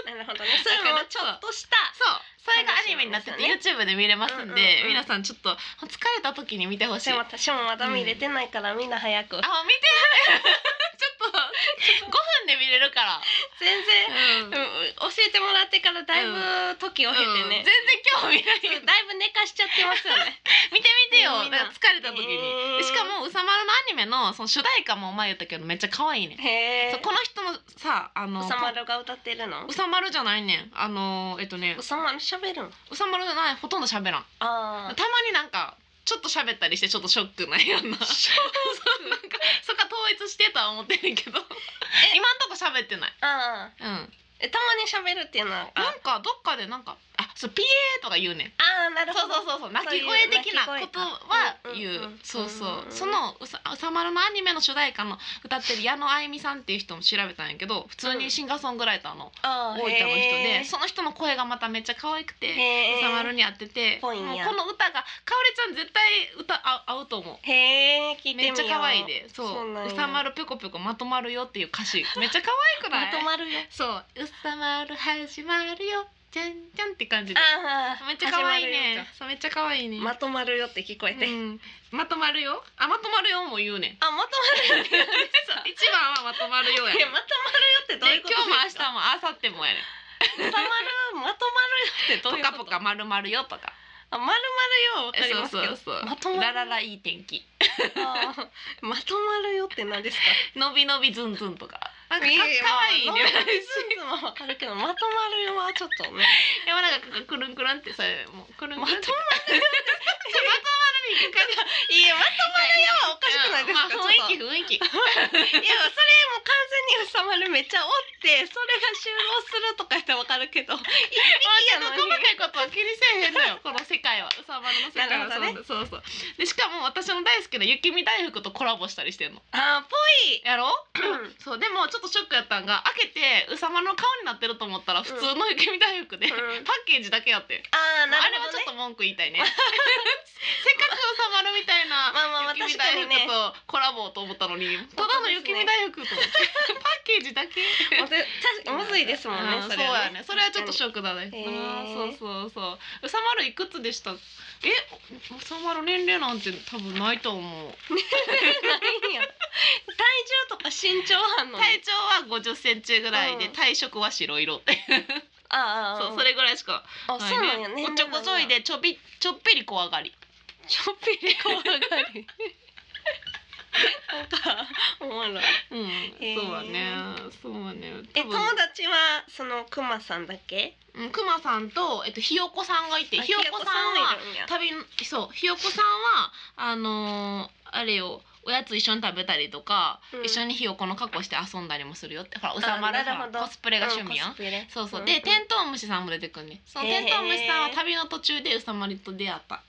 [SPEAKER 2] なるほどねそれもちょっとした
[SPEAKER 1] そうそれがアニメになってて、
[SPEAKER 2] 話なん
[SPEAKER 1] YouTube で見れますんで、
[SPEAKER 2] うんうんうん
[SPEAKER 1] 皆さんちょっと疲れた時に見てほしい
[SPEAKER 2] でも私もまだ見れてないから、みんな早く
[SPEAKER 1] あ見て *laughs* ちょっと5分で見れるから、
[SPEAKER 2] 全然、うん
[SPEAKER 1] うん
[SPEAKER 2] 教えてもらってからだいぶ時を経て
[SPEAKER 1] 全
[SPEAKER 2] ね、
[SPEAKER 1] 然興味ない
[SPEAKER 2] うんだいぶ寝かしちゃってますよ
[SPEAKER 1] *laughs*
[SPEAKER 2] ね
[SPEAKER 1] 見てみてよ
[SPEAKER 2] うん見な
[SPEAKER 1] 疲れた時
[SPEAKER 2] へー
[SPEAKER 1] にでしかも「うさまる」のアニメのその主題歌も前言ったけどめっちゃ可愛いねん
[SPEAKER 2] へえ
[SPEAKER 1] そうこの人のさあの
[SPEAKER 2] うさまるが歌ってるの
[SPEAKER 1] うさまるじゃないねんあのえっとね
[SPEAKER 2] うさまる喋るの
[SPEAKER 1] うさまるじゃないほとんど喋らん
[SPEAKER 2] あ
[SPEAKER 1] たまになんかちょっと喋ったりしてちょっとショックなんやんなそう *laughs* なんかそこは統一してとは思ってるけど今んとこ喋ってない
[SPEAKER 2] あああ
[SPEAKER 1] うん
[SPEAKER 2] えたまに喋るっていうのは
[SPEAKER 1] なんかどっかでなんかあそうピエーとか言うねん
[SPEAKER 2] ああなる
[SPEAKER 1] そ
[SPEAKER 2] ほ
[SPEAKER 1] う
[SPEAKER 2] ど
[SPEAKER 1] そうそうそう鳴き声的なことは
[SPEAKER 2] う
[SPEAKER 1] 言う
[SPEAKER 2] んうんうん
[SPEAKER 1] そうそううんそのうさ「うさまる」のアニメの主題歌の歌ってる矢野あゆみさんっていう人も調べたんやけど普通にシンガーソングライターの
[SPEAKER 2] ああ
[SPEAKER 1] 大分の人
[SPEAKER 2] へ
[SPEAKER 1] で
[SPEAKER 2] え
[SPEAKER 1] その人の声がまためっちゃ可愛くて
[SPEAKER 2] へ
[SPEAKER 1] う
[SPEAKER 2] え
[SPEAKER 1] さまるに合ってて
[SPEAKER 2] ぽ
[SPEAKER 1] もう
[SPEAKER 2] いんや
[SPEAKER 1] この歌がかおりちゃん絶対歌あ合うと思う
[SPEAKER 2] へえ聞いてみ
[SPEAKER 1] め
[SPEAKER 2] よ
[SPEAKER 1] っ
[SPEAKER 2] う
[SPEAKER 1] ちゃ可愛いでそう
[SPEAKER 2] そうなん
[SPEAKER 1] う
[SPEAKER 2] や
[SPEAKER 1] さまるぴょこぴょこまとまるよっていう
[SPEAKER 2] *laughs*
[SPEAKER 1] 歌詞めっちゃ可愛くな
[SPEAKER 2] ま
[SPEAKER 1] い
[SPEAKER 2] とまるよ
[SPEAKER 1] そううさまる始まるよじゃんじゃんって感じで
[SPEAKER 2] ああ
[SPEAKER 1] めっちゃ可愛いねそうめっちゃ可愛いね
[SPEAKER 2] まとまるよって聞こえて、
[SPEAKER 1] うん、まとまるよあまとまるよも言うねん
[SPEAKER 2] あまとまるよって言うんですか
[SPEAKER 1] 一番はまとまるよ
[SPEAKER 2] い
[SPEAKER 1] やね
[SPEAKER 2] や
[SPEAKER 1] ん
[SPEAKER 2] まとまるよってどういう
[SPEAKER 1] で
[SPEAKER 2] こと
[SPEAKER 1] 今
[SPEAKER 2] で
[SPEAKER 1] 日も
[SPEAKER 2] す
[SPEAKER 1] 明日
[SPEAKER 2] か
[SPEAKER 1] も明後日もやねん
[SPEAKER 2] まとまるまとまるよってど
[SPEAKER 1] ぽ
[SPEAKER 2] ういう
[SPEAKER 1] か
[SPEAKER 2] こ
[SPEAKER 1] ぽ
[SPEAKER 2] と
[SPEAKER 1] かまるまるよとか
[SPEAKER 2] あまるまるよはわかりますけど
[SPEAKER 1] そうそうそう
[SPEAKER 2] まとまる
[SPEAKER 1] ラララいい天気
[SPEAKER 2] あーまとまるよって何ですか
[SPEAKER 1] のびのびずんずんとかなんかか
[SPEAKER 2] い
[SPEAKER 1] か
[SPEAKER 2] や
[SPEAKER 1] わ
[SPEAKER 2] いや
[SPEAKER 1] いいね
[SPEAKER 2] まあローランスーズはわかるけどまとまるよはちょっとね
[SPEAKER 1] でもなんかくるんくるんってさもうくるんくるん
[SPEAKER 2] まとまる
[SPEAKER 1] まとまるに行くから
[SPEAKER 2] いやまとまるよはお
[SPEAKER 1] お
[SPEAKER 2] かしくないですか、
[SPEAKER 1] まあ、雰囲
[SPEAKER 2] ちょっと
[SPEAKER 1] 気雰囲気
[SPEAKER 2] いやそれもう完全に収まるめっちゃおってそれが集合するとかやったらわかるけど一匹やの
[SPEAKER 1] 細
[SPEAKER 2] に
[SPEAKER 1] かいことは気にせえへんのよこの世界はうさまるの世界は
[SPEAKER 2] なるほどね
[SPEAKER 1] そうそうそうでしかも私の大好きな雪見大福とコラボしたりしてんの
[SPEAKER 2] あーぽい
[SPEAKER 1] やろそうでもちょっとショックやったんが開けてうさまるの顔になってると思ったら普通の雪見大福で、
[SPEAKER 2] うん
[SPEAKER 1] パッケージだけやってん
[SPEAKER 2] あーな
[SPEAKER 1] あれ
[SPEAKER 2] る
[SPEAKER 1] は
[SPEAKER 2] ほど
[SPEAKER 1] ちょっ
[SPEAKER 2] ね
[SPEAKER 1] と文句言いた
[SPEAKER 2] *laughs*
[SPEAKER 1] いねせっかくうさまるみたいな
[SPEAKER 2] まあまあまあ
[SPEAKER 1] 雪見大
[SPEAKER 2] 確
[SPEAKER 1] 福
[SPEAKER 2] かにね
[SPEAKER 1] とコラボと思ったのにただの雪見大福と思ってパッケージだけ
[SPEAKER 2] むず確かにむずいですもんね
[SPEAKER 1] う
[SPEAKER 2] それ
[SPEAKER 1] そう
[SPEAKER 2] は
[SPEAKER 1] やねそれはちょっとショックだね
[SPEAKER 2] へー
[SPEAKER 1] うんそうそうそううさまるいくつでしたえううさまる年齢なんて多分ないと思う
[SPEAKER 2] ないんや *laughs* 体重とか身長はあんの
[SPEAKER 1] 体長は50センチぐらいで、
[SPEAKER 2] うん
[SPEAKER 1] 体色は白色って
[SPEAKER 2] ああ
[SPEAKER 1] そうそれぐらいしか
[SPEAKER 2] あ
[SPEAKER 1] ない、ね、
[SPEAKER 2] そうなんやね
[SPEAKER 1] おっちょこちょいでちょびちょっぴり怖がり
[SPEAKER 2] ちょっぴり怖がりなんかおもろい
[SPEAKER 1] うん、
[SPEAKER 2] へー
[SPEAKER 1] そうだねそうだね
[SPEAKER 2] え
[SPEAKER 1] *laughs* 多
[SPEAKER 2] 友
[SPEAKER 1] 分
[SPEAKER 2] 達はそのクマさんだけ
[SPEAKER 1] うんくまさんと、えっと、ひよこさんがいて
[SPEAKER 2] あ
[SPEAKER 1] ひよこさんは
[SPEAKER 2] ひよこさんもいるんや
[SPEAKER 1] 旅のそうひよこさんはあのーあれよおやつ一緒に食べたりとか、
[SPEAKER 2] うん
[SPEAKER 1] 一緒にひよこの格好して遊んだりもするよってほらうさま
[SPEAKER 2] な
[SPEAKER 1] る
[SPEAKER 2] るほど
[SPEAKER 1] コスプレが趣味やん、
[SPEAKER 2] うんコスプレ
[SPEAKER 1] そうそう、
[SPEAKER 2] ん
[SPEAKER 1] でテントウムシさんも出てくるねその
[SPEAKER 2] へー
[SPEAKER 1] テントウムシさんは旅の途中でうさまりと出会った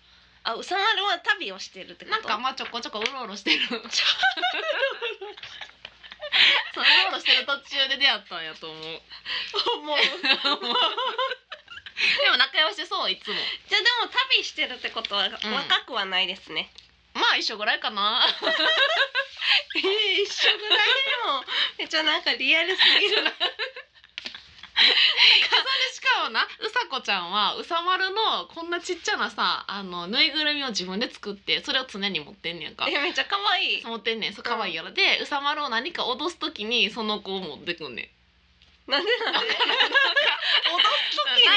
[SPEAKER 2] あうさまるは旅をしてるってこと *laughs*
[SPEAKER 1] なんかまあちょこちょこうろうろしてるそううろうろしてる途中で出会ったんやと思う
[SPEAKER 2] もうじゃあ
[SPEAKER 1] *laughs* でも仲良しそういつも
[SPEAKER 2] でも旅してるってことは若くはないですね、
[SPEAKER 1] まあ一緒ぐらいかな
[SPEAKER 2] 一緒ぐらいも *laughs* めっちゃなんかリアルすぎるな
[SPEAKER 1] *laughs* しかもなうさこちゃんはうさまるのこんなちっちゃなさあのぬいぐるみを自分で作ってそれを常に持ってんねやんか
[SPEAKER 2] えめっちゃ可愛い
[SPEAKER 1] 持ってんねんそう可愛いやろでうさまるを何か脅す時にその子を持ってくんねん *laughs*
[SPEAKER 2] なんでなんで
[SPEAKER 1] な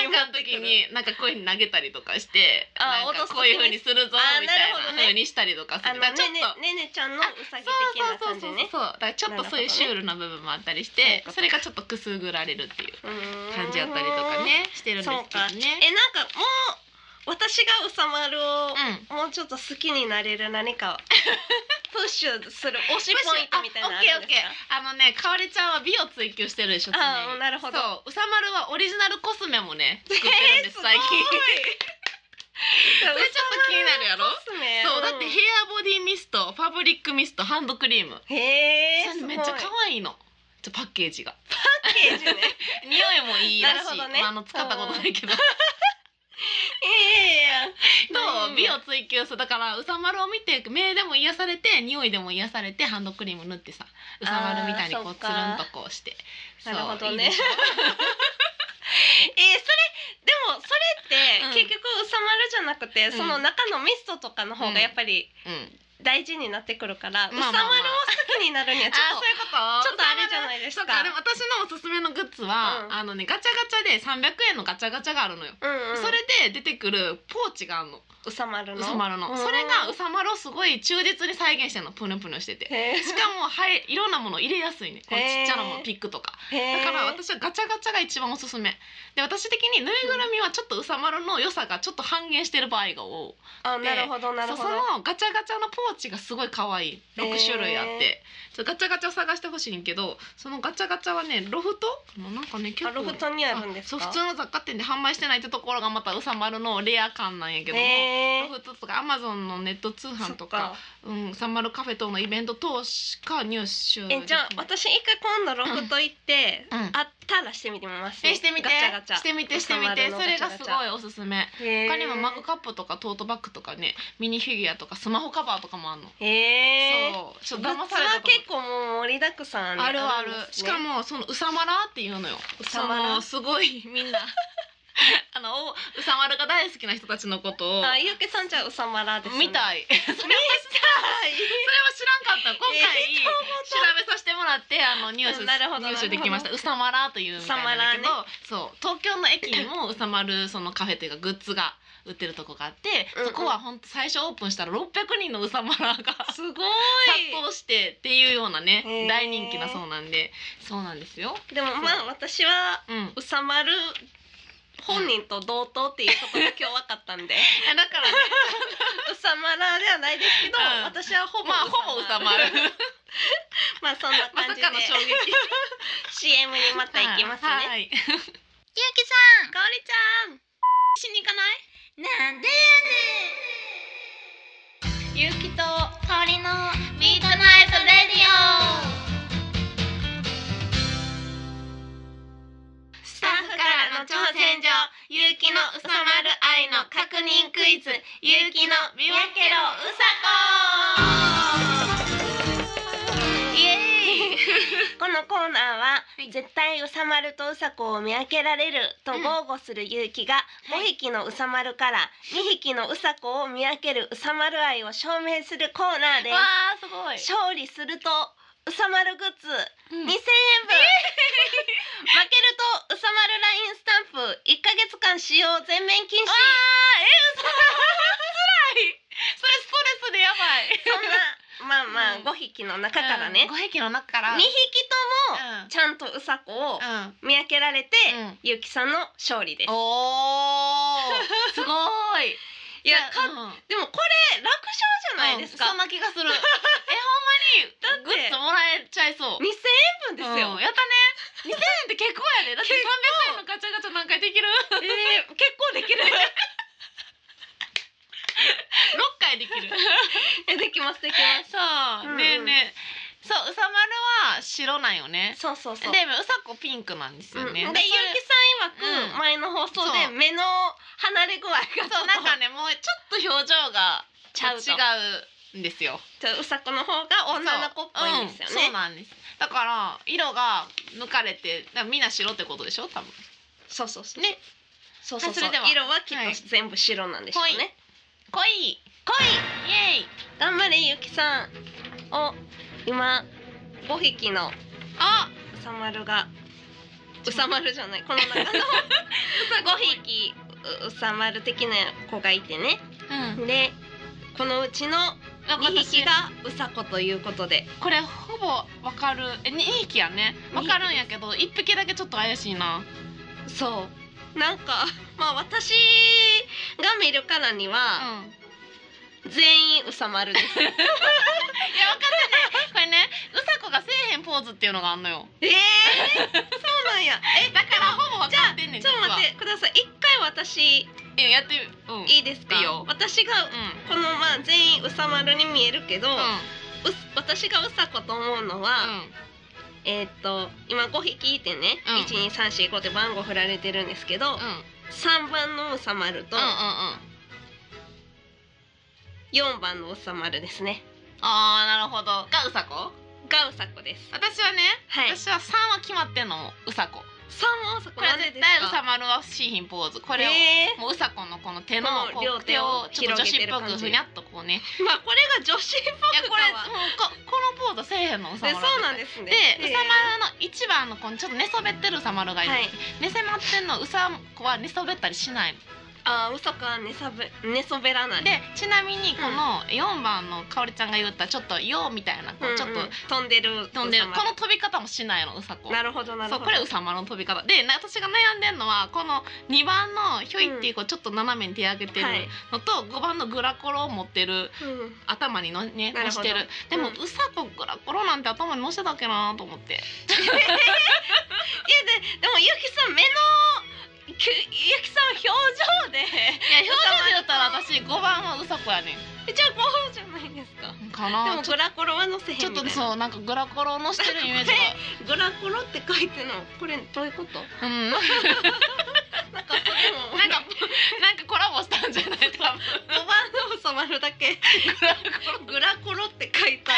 [SPEAKER 1] んかの時になんかこういうふうに投げたりとかして
[SPEAKER 2] あ
[SPEAKER 1] なん
[SPEAKER 2] 落と
[SPEAKER 1] か
[SPEAKER 2] す時
[SPEAKER 1] こういうふうにするぞ
[SPEAKER 2] あー
[SPEAKER 1] みたい
[SPEAKER 2] なるほど
[SPEAKER 1] な
[SPEAKER 2] ね
[SPEAKER 1] ふうにしたりとかす
[SPEAKER 2] あ
[SPEAKER 1] る
[SPEAKER 2] の
[SPEAKER 1] だからちょっと
[SPEAKER 2] ねねねねちゃんのうさぎ的な
[SPEAKER 1] そうそ
[SPEAKER 2] 感
[SPEAKER 1] う
[SPEAKER 2] じ
[SPEAKER 1] そうそう
[SPEAKER 2] ね
[SPEAKER 1] そうだからちょっとそういうシュールな部分もあったりして、
[SPEAKER 2] なるほどね
[SPEAKER 1] それがちょっとくすぐられるっていう
[SPEAKER 2] うーん
[SPEAKER 1] 感じやったりとかねしてるんですけどね
[SPEAKER 2] えなんかもう私がうさまるを
[SPEAKER 1] うん
[SPEAKER 2] もうちょっと好きになれる何
[SPEAKER 1] *laughs*
[SPEAKER 2] かをプッシュする推しポイントみたいなの
[SPEAKER 1] あ
[SPEAKER 2] あ
[SPEAKER 1] オッケー
[SPEAKER 2] る
[SPEAKER 1] オ
[SPEAKER 2] ん
[SPEAKER 1] ッ
[SPEAKER 2] です
[SPEAKER 1] ケー
[SPEAKER 2] か
[SPEAKER 1] あのねかおりちゃんは美を追求してるでしょ常に
[SPEAKER 2] あーなるほど
[SPEAKER 1] そううさまるはオリジナルコスメも
[SPEAKER 2] *laughs*
[SPEAKER 1] ね作ってるんです、
[SPEAKER 2] すごい
[SPEAKER 1] 最近
[SPEAKER 2] そ
[SPEAKER 1] それちょっと気になるやろそうだってヘ
[SPEAKER 2] へ
[SPEAKER 1] アボディミストファブリックミストハンドクリーム
[SPEAKER 2] へえ
[SPEAKER 1] それめっちゃ可愛いのちょパッケージが
[SPEAKER 2] パッケージ *laughs* ね
[SPEAKER 1] 匂いもいいら
[SPEAKER 2] なる
[SPEAKER 1] し
[SPEAKER 2] ほ
[SPEAKER 1] い、
[SPEAKER 2] どね
[SPEAKER 1] まあ、あの使ったことないけど
[SPEAKER 2] いやいやいや
[SPEAKER 1] と美を追求するだからうさまるを見て目でも癒されて匂いでも癒されてハンドクリーム塗ってさうさまるみたいにこ
[SPEAKER 2] あ
[SPEAKER 1] う
[SPEAKER 2] ー
[SPEAKER 1] つるんとこうして
[SPEAKER 2] なるほど
[SPEAKER 1] そう
[SPEAKER 2] ね
[SPEAKER 1] いいでしょ
[SPEAKER 2] えー、それでもそれって
[SPEAKER 1] うん
[SPEAKER 2] 結局うさまるじゃなくて、
[SPEAKER 1] うん
[SPEAKER 2] その中のミストとかの方がやっぱり *laughs*
[SPEAKER 1] うん
[SPEAKER 2] 大事になってくるから、う
[SPEAKER 1] ま
[SPEAKER 2] さ
[SPEAKER 1] あまあ
[SPEAKER 2] ま
[SPEAKER 1] ま
[SPEAKER 2] る
[SPEAKER 1] あ
[SPEAKER 2] を好きになるにはちょっと
[SPEAKER 1] あ
[SPEAKER 2] ち
[SPEAKER 1] そ
[SPEAKER 2] ょ
[SPEAKER 1] ういうこと
[SPEAKER 2] っとあれじゃないです
[SPEAKER 1] そう
[SPEAKER 2] か
[SPEAKER 1] かでも私のおすすめのグッズは、
[SPEAKER 2] うん
[SPEAKER 1] あのねガチャガチャで300円のガチャガチャがあるのよ、
[SPEAKER 2] うんうん、
[SPEAKER 1] それで出てくるポーチがあるの
[SPEAKER 2] うさまるの
[SPEAKER 1] うさまるの、
[SPEAKER 2] うん
[SPEAKER 1] それがうさまるをすごい忠実に再現してるのプヌプヌしてて
[SPEAKER 2] へ
[SPEAKER 1] しかもはいいろんなもの入れやすいねこのちっちゃなも
[SPEAKER 2] へー
[SPEAKER 1] のピックとか
[SPEAKER 2] え
[SPEAKER 1] だから私はガチャガチャが一番おすすめで私的にぬいぐるみはちょっとうさまるの良さがちょっと半減してる場合が多
[SPEAKER 2] あなるほどない
[SPEAKER 1] そ
[SPEAKER 2] る
[SPEAKER 1] うそ
[SPEAKER 2] ほど
[SPEAKER 1] のガチャガチャのポーチがすごい可愛い6種類あっ
[SPEAKER 2] へ
[SPEAKER 1] て、ちょっとガチャガチャを探してほしいんけどそのガチャガチャはねロフトもうなんかね結構
[SPEAKER 2] あロフトにあるんです
[SPEAKER 1] そう
[SPEAKER 2] か
[SPEAKER 1] 普通の雑貨店で販売してないってところがまたうさまるのレア感なんやけども、
[SPEAKER 2] へ
[SPEAKER 1] ロフトとかアマゾンのネット通
[SPEAKER 2] ーそ
[SPEAKER 1] 販
[SPEAKER 2] っ
[SPEAKER 1] とかうんうさまるカフェ等のイベント等しか入手
[SPEAKER 2] えじゃあ
[SPEAKER 1] できない
[SPEAKER 2] 私一回今度ロフト行って、
[SPEAKER 1] うん
[SPEAKER 2] あったらしてみてみます、
[SPEAKER 1] えしてみて
[SPEAKER 2] ガチャガチャ
[SPEAKER 1] してみてしてみてそれがすごいおすすめ
[SPEAKER 2] いへー
[SPEAKER 1] 他にもマグカップとかトートバッグとかねミニフィギュアとかスマホカバーとかもあるの、
[SPEAKER 2] へえ
[SPEAKER 1] そうちょっ
[SPEAKER 2] グ
[SPEAKER 1] と騙
[SPEAKER 2] ッズ
[SPEAKER 1] され
[SPEAKER 2] は
[SPEAKER 1] たと思
[SPEAKER 2] 結構もう盛りだくさん
[SPEAKER 1] うあるある、
[SPEAKER 2] んです
[SPEAKER 1] し
[SPEAKER 2] ね
[SPEAKER 1] かもそのうさまらっていうのよ
[SPEAKER 2] うさまら
[SPEAKER 1] そのすごいみんなあのおうさまらが大好きな人たちのことを
[SPEAKER 2] あゆうけさんじゃうさまらです、ね、
[SPEAKER 1] 見
[SPEAKER 2] *laughs*
[SPEAKER 1] たいそれは知らん
[SPEAKER 2] は
[SPEAKER 1] かった今回、
[SPEAKER 2] えー
[SPEAKER 1] 調べさせてもらってあの入手
[SPEAKER 2] うんなるほど
[SPEAKER 1] 入手できましたうさまらというみたいなんだけど、そう東京の駅にもうさまるそのカフェというかグッズが売ってるとこがあって
[SPEAKER 2] うんうん
[SPEAKER 1] そこは本当最初オープンしたら600人のうさまら
[SPEAKER 2] い
[SPEAKER 1] が殺
[SPEAKER 2] すごい
[SPEAKER 1] 到してっていうようなね
[SPEAKER 2] へー
[SPEAKER 1] 大人気なそうなんでそうなんですよ。
[SPEAKER 2] でもまあ私は *laughs*
[SPEAKER 1] うん、
[SPEAKER 2] うさまる本人と同等っていうことが今日分かった *laughs* んで
[SPEAKER 1] だからね
[SPEAKER 2] うさまらではないですけど、
[SPEAKER 1] うん
[SPEAKER 2] 私はほぼ
[SPEAKER 1] まあほぼうさまる
[SPEAKER 2] *laughs* まあそんな
[SPEAKER 1] ま
[SPEAKER 2] 感じ
[SPEAKER 1] さ
[SPEAKER 2] で、
[SPEAKER 1] かの衝撃
[SPEAKER 2] CM にまた行きますね、
[SPEAKER 1] はい
[SPEAKER 2] ゆうきさんかおりちゃんしに行かないなんでやねんゆうきとかおりのミートナイトレディオスタッフからの挑戦状ゆうきのうさまる愛の確認クイズゆうきの見分けろうさこイエーイこのコーナーは、
[SPEAKER 1] い
[SPEAKER 2] 絶対うさまるとうさこを見分けられると
[SPEAKER 1] うん
[SPEAKER 2] 豪語する勇気が、
[SPEAKER 1] はい
[SPEAKER 2] 5匹のうさまるから2匹のうさこを見分けるうさまる愛を証明するコーナーで
[SPEAKER 1] わあすごい
[SPEAKER 2] す勝利するとうさまるグッズ
[SPEAKER 1] うん
[SPEAKER 2] 2000円分、負けるとうさまる LINE スタンプ1ヶ月間使用全面禁止
[SPEAKER 1] あーえうさまら辛いそれストレスでやばい
[SPEAKER 2] そんなまあまあ
[SPEAKER 1] うん
[SPEAKER 2] 5匹の中からね、
[SPEAKER 1] 五匹の中から
[SPEAKER 2] 2匹ともちゃんとうさこを
[SPEAKER 1] うん、うん
[SPEAKER 2] 見分けられて、
[SPEAKER 1] うん
[SPEAKER 2] ゆうきさんの勝利です
[SPEAKER 1] おー *laughs* すごい
[SPEAKER 2] いや、か
[SPEAKER 1] うん
[SPEAKER 2] でもこれ楽勝じゃないですか。
[SPEAKER 1] うんそんな気がする *laughs* えほん
[SPEAKER 2] だって
[SPEAKER 1] まにグッズもらえちゃいそう
[SPEAKER 2] 二千円分ですよ。
[SPEAKER 1] うんやったね2000円って結構やでだって300円のガチャガチャ何回でき *laughs* る
[SPEAKER 2] *laughs* えー、結構できる。
[SPEAKER 1] 6回でき *laughs* る
[SPEAKER 2] えできますできま
[SPEAKER 1] そう、
[SPEAKER 2] うん
[SPEAKER 1] ねえねえそううさまるは白なんよね
[SPEAKER 2] す。そうそう
[SPEAKER 1] で
[SPEAKER 2] そうう。
[SPEAKER 1] さこピンクなんですよ
[SPEAKER 2] うんで
[SPEAKER 1] ね、
[SPEAKER 2] ゆうき
[SPEAKER 1] でそ
[SPEAKER 2] さ
[SPEAKER 1] れ
[SPEAKER 2] ん曰く、
[SPEAKER 1] うん
[SPEAKER 2] 前の放送で
[SPEAKER 1] そう
[SPEAKER 2] 目の離れ具合がちょっと
[SPEAKER 1] そうなんかねもうちょっと表情が
[SPEAKER 2] ちゃうと
[SPEAKER 1] 違うんですよ
[SPEAKER 2] ちょうさこの方が女の子っぽいんですよ
[SPEAKER 1] そう,、う
[SPEAKER 2] ね。
[SPEAKER 1] ん、そうなんですだから色が抜かれてだからみんな白ってことでしょ多分
[SPEAKER 2] そうそうそう。
[SPEAKER 1] ね。
[SPEAKER 2] そうそう
[SPEAKER 1] はいそ
[SPEAKER 2] そう。
[SPEAKER 1] れでは
[SPEAKER 2] 色はきっ
[SPEAKER 1] はい
[SPEAKER 2] と全部白なんでしょう
[SPEAKER 1] は
[SPEAKER 2] ね。
[SPEAKER 1] 濃い
[SPEAKER 2] 恋、
[SPEAKER 1] イエイ
[SPEAKER 2] 頑張れゆうきさん。を今五匹の
[SPEAKER 1] あ
[SPEAKER 2] うさまるがうさまるじゃないこの中の5匹ううさまる的な子がいてね
[SPEAKER 1] うん
[SPEAKER 2] でこのうちの
[SPEAKER 1] なんか
[SPEAKER 2] 2
[SPEAKER 1] 私
[SPEAKER 2] 匹がうさこということで
[SPEAKER 1] これほぼわかるえに2匹やねわかるんやけど1匹だけちょっと怪しいな
[SPEAKER 2] そうなんかまあ私が見るからに
[SPEAKER 1] うんい
[SPEAKER 2] は全員うさまる
[SPEAKER 1] *laughs*
[SPEAKER 2] です、
[SPEAKER 1] やわかってないこ *laughs* れねうさこがせえへんポーズっていうのがあんのよ
[SPEAKER 2] ええそうなんやえ
[SPEAKER 1] だからほぼわかってんねん
[SPEAKER 2] ちょっと待ってください一回私
[SPEAKER 1] 実はえやってうんうん
[SPEAKER 2] いいですか
[SPEAKER 1] いいよ
[SPEAKER 2] 私がこのまあ全員うさまるに見えるけど、
[SPEAKER 1] う
[SPEAKER 2] うす私がうさこと思うのは、
[SPEAKER 1] ん
[SPEAKER 2] えーっと今5匹いてね、
[SPEAKER 1] うん
[SPEAKER 2] 12345って番号振られてるんですけど、
[SPEAKER 1] うん
[SPEAKER 2] 3番のうさまると
[SPEAKER 1] うんうんうん
[SPEAKER 2] 4番のうさまるですね
[SPEAKER 1] あーなるほどがうさこ
[SPEAKER 2] がうさこです
[SPEAKER 1] 私はね、
[SPEAKER 2] はい
[SPEAKER 1] 私は三は決まってんのもうさこ
[SPEAKER 2] 3はうさこ
[SPEAKER 1] こ
[SPEAKER 2] な
[SPEAKER 1] れは
[SPEAKER 2] んで
[SPEAKER 1] 絶
[SPEAKER 2] で
[SPEAKER 1] 対う
[SPEAKER 2] す
[SPEAKER 1] さ
[SPEAKER 2] か
[SPEAKER 1] まるはシーヒンポーズこれを、
[SPEAKER 2] えー
[SPEAKER 1] もううさこのこの手の
[SPEAKER 2] この
[SPEAKER 1] こ
[SPEAKER 2] 両
[SPEAKER 1] う
[SPEAKER 2] 手を
[SPEAKER 1] ちょっと女子っ
[SPEAKER 2] 広げ
[SPEAKER 1] ぽ
[SPEAKER 2] てる感
[SPEAKER 1] く
[SPEAKER 2] じ
[SPEAKER 1] ふにゃっとこうね
[SPEAKER 2] まあこれが女子っ
[SPEAKER 1] いや
[SPEAKER 2] ぽく
[SPEAKER 1] こ
[SPEAKER 2] かは
[SPEAKER 1] れもうここのポーズせえへんのうさ
[SPEAKER 2] え
[SPEAKER 1] まる
[SPEAKER 2] そ
[SPEAKER 1] は
[SPEAKER 2] うなんですね
[SPEAKER 1] でうさまるの一番のこのちょっと寝そべってるうさまるがいる、
[SPEAKER 2] はい
[SPEAKER 1] 寝そべってんのうさこは寝そべったりしない
[SPEAKER 2] あーうさこは寝さぶ寝そべらない
[SPEAKER 1] でちなみにこの4番のかおりちゃんが言ったちょっと「よう」みたいな
[SPEAKER 2] う
[SPEAKER 1] こ
[SPEAKER 2] んう
[SPEAKER 1] うんちょっと
[SPEAKER 2] 飛んでる
[SPEAKER 1] 飛んでる、
[SPEAKER 2] うさ
[SPEAKER 1] こ
[SPEAKER 2] ま
[SPEAKER 1] の飛び方もしないのうさこ
[SPEAKER 2] なるほどなる
[SPEAKER 1] そう
[SPEAKER 2] ほど
[SPEAKER 1] これうさまの飛び方でな私が悩んでるのはこの2番のひょいっていうこうちょっと斜めに手上げてる
[SPEAKER 2] はい
[SPEAKER 1] のと、5番のグラコロを持ってる
[SPEAKER 2] うん
[SPEAKER 1] 頭にのね
[SPEAKER 2] なるほ
[SPEAKER 1] のし
[SPEAKER 2] ど
[SPEAKER 1] てるでも、
[SPEAKER 2] う
[SPEAKER 1] うんさこグラコロなんて頭にのしてたっけなと思って
[SPEAKER 2] いやででもゆきさん目のきゆきさん表情で
[SPEAKER 1] いや表情で言ったら私5番はうさこやね
[SPEAKER 2] えじゃあご飯じゃないですか
[SPEAKER 1] んか
[SPEAKER 2] でも
[SPEAKER 1] なちょ
[SPEAKER 2] グラコロは載せへんみ
[SPEAKER 1] ち
[SPEAKER 2] たい
[SPEAKER 1] ょっ
[SPEAKER 2] な
[SPEAKER 1] とそうなんかグラコロをのしてるイメージ
[SPEAKER 2] グラコロって書いてるのこれどういうこと
[SPEAKER 1] がうんなんか
[SPEAKER 2] なんかこれも
[SPEAKER 1] なんかコラボしたんじゃない多分
[SPEAKER 2] 5番の収まるだけ
[SPEAKER 1] グラコ
[SPEAKER 2] グラコロって書いた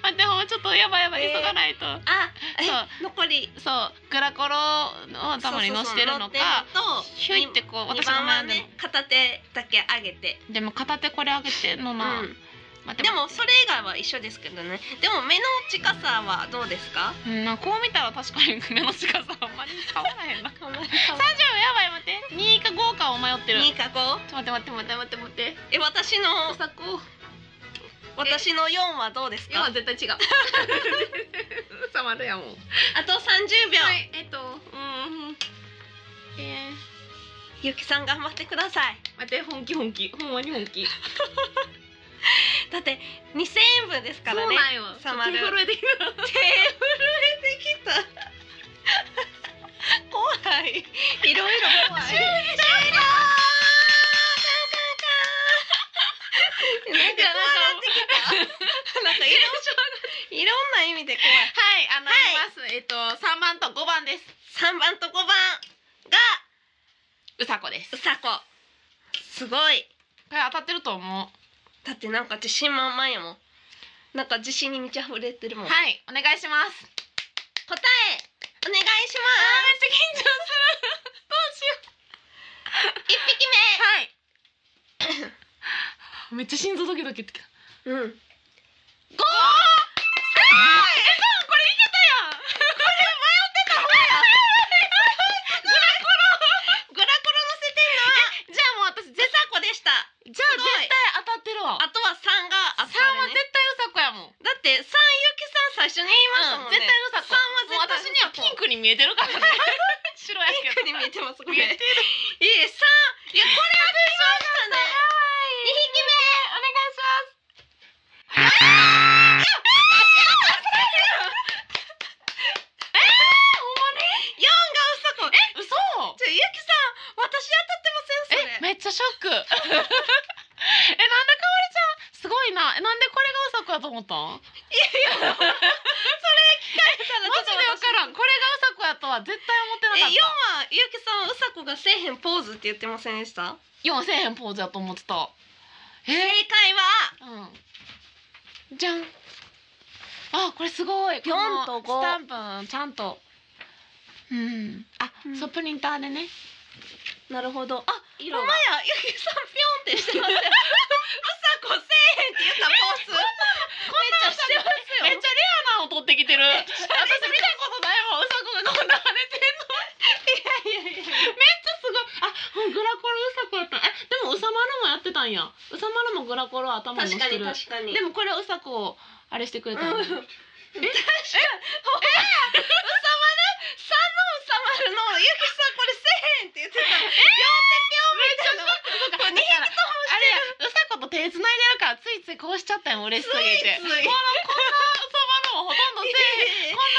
[SPEAKER 1] 待ってもうちょっとやばいやばい、
[SPEAKER 2] えー
[SPEAKER 1] 急がないと
[SPEAKER 2] あ
[SPEAKER 1] そう
[SPEAKER 2] え残り
[SPEAKER 1] そうグラコロの頭にのしてるのかひ
[SPEAKER 2] そうそうそう
[SPEAKER 1] ょ
[SPEAKER 2] 乗
[SPEAKER 1] い
[SPEAKER 2] っ
[SPEAKER 1] ってて
[SPEAKER 2] る
[SPEAKER 1] こう
[SPEAKER 2] と2
[SPEAKER 1] 私の
[SPEAKER 2] 番は
[SPEAKER 1] 悩んでる
[SPEAKER 2] ね片手だけ上げて
[SPEAKER 1] でも片手これ上げてんの
[SPEAKER 2] う
[SPEAKER 1] な、
[SPEAKER 2] ん
[SPEAKER 1] 待って
[SPEAKER 2] でもそれ以外は一緒ですけどねでも目の近さはどうですか
[SPEAKER 1] うんなんかこう見たら確かに目の近さあんまり変わらへん *laughs* な
[SPEAKER 2] 3
[SPEAKER 1] 大丈夫やばい待って二か五かを迷ってる
[SPEAKER 2] 2か5
[SPEAKER 1] ちょっと待って待って待って待って待って
[SPEAKER 2] え私の
[SPEAKER 1] さこ
[SPEAKER 2] 私の4はどうですか
[SPEAKER 1] は絶対違う *laughs* さまるやもんは
[SPEAKER 2] あと30秒、
[SPEAKER 1] いえっとうんえー
[SPEAKER 2] ゆきさん頑張ってください
[SPEAKER 1] 待って本気本気ほんまに本気
[SPEAKER 2] だって2000円分です
[SPEAKER 1] そ
[SPEAKER 2] か
[SPEAKER 1] う
[SPEAKER 2] らね
[SPEAKER 1] なんよ
[SPEAKER 2] さまる
[SPEAKER 1] ちょっと手震えてきた
[SPEAKER 2] 手震えてきた *laughs* 怖いいろいろ怖い終了なんか怖なってきたなんかいろんいろんな意味で怖い
[SPEAKER 1] はい、あの、
[SPEAKER 2] はい
[SPEAKER 1] あります。えっと、三番と五番です。
[SPEAKER 2] 3番と5番が
[SPEAKER 1] うさこです。
[SPEAKER 2] うさこすごい
[SPEAKER 1] これ当たってると思う。は
[SPEAKER 2] だってなんか自信満々やもんなんか自信に満ち溢れてるもん、
[SPEAKER 1] い、お願いします。
[SPEAKER 2] 答えお願いし
[SPEAKER 1] めっちゃ緊張する。どうし
[SPEAKER 2] ま
[SPEAKER 1] よ
[SPEAKER 2] す一匹
[SPEAKER 1] う。はい。 *coughs* めっちゃ心臓ドキドキってきた。
[SPEAKER 2] 目うん
[SPEAKER 1] 五。えこれいけたやん。
[SPEAKER 2] グラコロ乗せてんのは
[SPEAKER 1] じゃあもう私、
[SPEAKER 2] ゼ
[SPEAKER 1] 絶
[SPEAKER 2] サコでした
[SPEAKER 1] じゃあ
[SPEAKER 2] すごい
[SPEAKER 1] 絶対当たってるわ。
[SPEAKER 2] あとは3があった
[SPEAKER 1] 三は
[SPEAKER 2] ね
[SPEAKER 1] 絶対うさこやもん。
[SPEAKER 2] だって3ゆきさん最初に言いましたもんね、
[SPEAKER 1] 絶対うさこ。もう
[SPEAKER 2] 3は絶対
[SPEAKER 1] 私にはピンクに見えてるからね。 *laughs* 白やけど。
[SPEAKER 2] ピンクに見えてますこれ
[SPEAKER 1] 見えてる。
[SPEAKER 2] いい三いやこれ当てましたね二匹目お願いします四がうさこえ
[SPEAKER 1] 嘘。
[SPEAKER 2] じゃあゆきさん私当たってませんそれ
[SPEAKER 1] えめっちゃショック *laughs* えなんでかおりちゃんすごいなえなんでこれがうさこやと思ったんマジでわからんこれがうさこやとは絶対思ってなか
[SPEAKER 2] え
[SPEAKER 1] っ
[SPEAKER 2] 四
[SPEAKER 1] た
[SPEAKER 2] はゆきさんうさこがせえへんポーズって言ってませんでした
[SPEAKER 1] 4せえへんポーズやと思ってた
[SPEAKER 2] 正
[SPEAKER 1] え
[SPEAKER 2] 解は
[SPEAKER 1] うんじゃんあこれすごいこの
[SPEAKER 2] 四と五
[SPEAKER 1] スタンプちゃんとうんあ、
[SPEAKER 2] うん
[SPEAKER 1] そうプリンターでね
[SPEAKER 2] なるほどあ
[SPEAKER 1] 色
[SPEAKER 2] ほん
[SPEAKER 1] が
[SPEAKER 2] まやゆきさんぴょんってしてますようさこせえへんって言ったポーズめっちゃしてますよ
[SPEAKER 1] めっちゃレアなの取ってきてる私見たことないもんうさこがこんな跳ねなんやうさまるもグラコロ頭に乗
[SPEAKER 2] 確か
[SPEAKER 1] せて
[SPEAKER 2] に
[SPEAKER 1] る
[SPEAKER 2] 確かに
[SPEAKER 1] でもこれうさこをあれしてく
[SPEAKER 2] うん
[SPEAKER 1] れたの、
[SPEAKER 2] 確かに
[SPEAKER 1] え
[SPEAKER 2] ええさんのうさまるのゆきさんこれせえへんって言ってた両手
[SPEAKER 1] だ
[SPEAKER 2] ぴょん
[SPEAKER 1] から
[SPEAKER 2] みたいなこう二匹とも
[SPEAKER 1] あれやうさこと手つないでるからついついこうしちゃったよ嬉しすぎて
[SPEAKER 2] ついつい
[SPEAKER 1] このこんなうさまるもほとんどせえへんこんな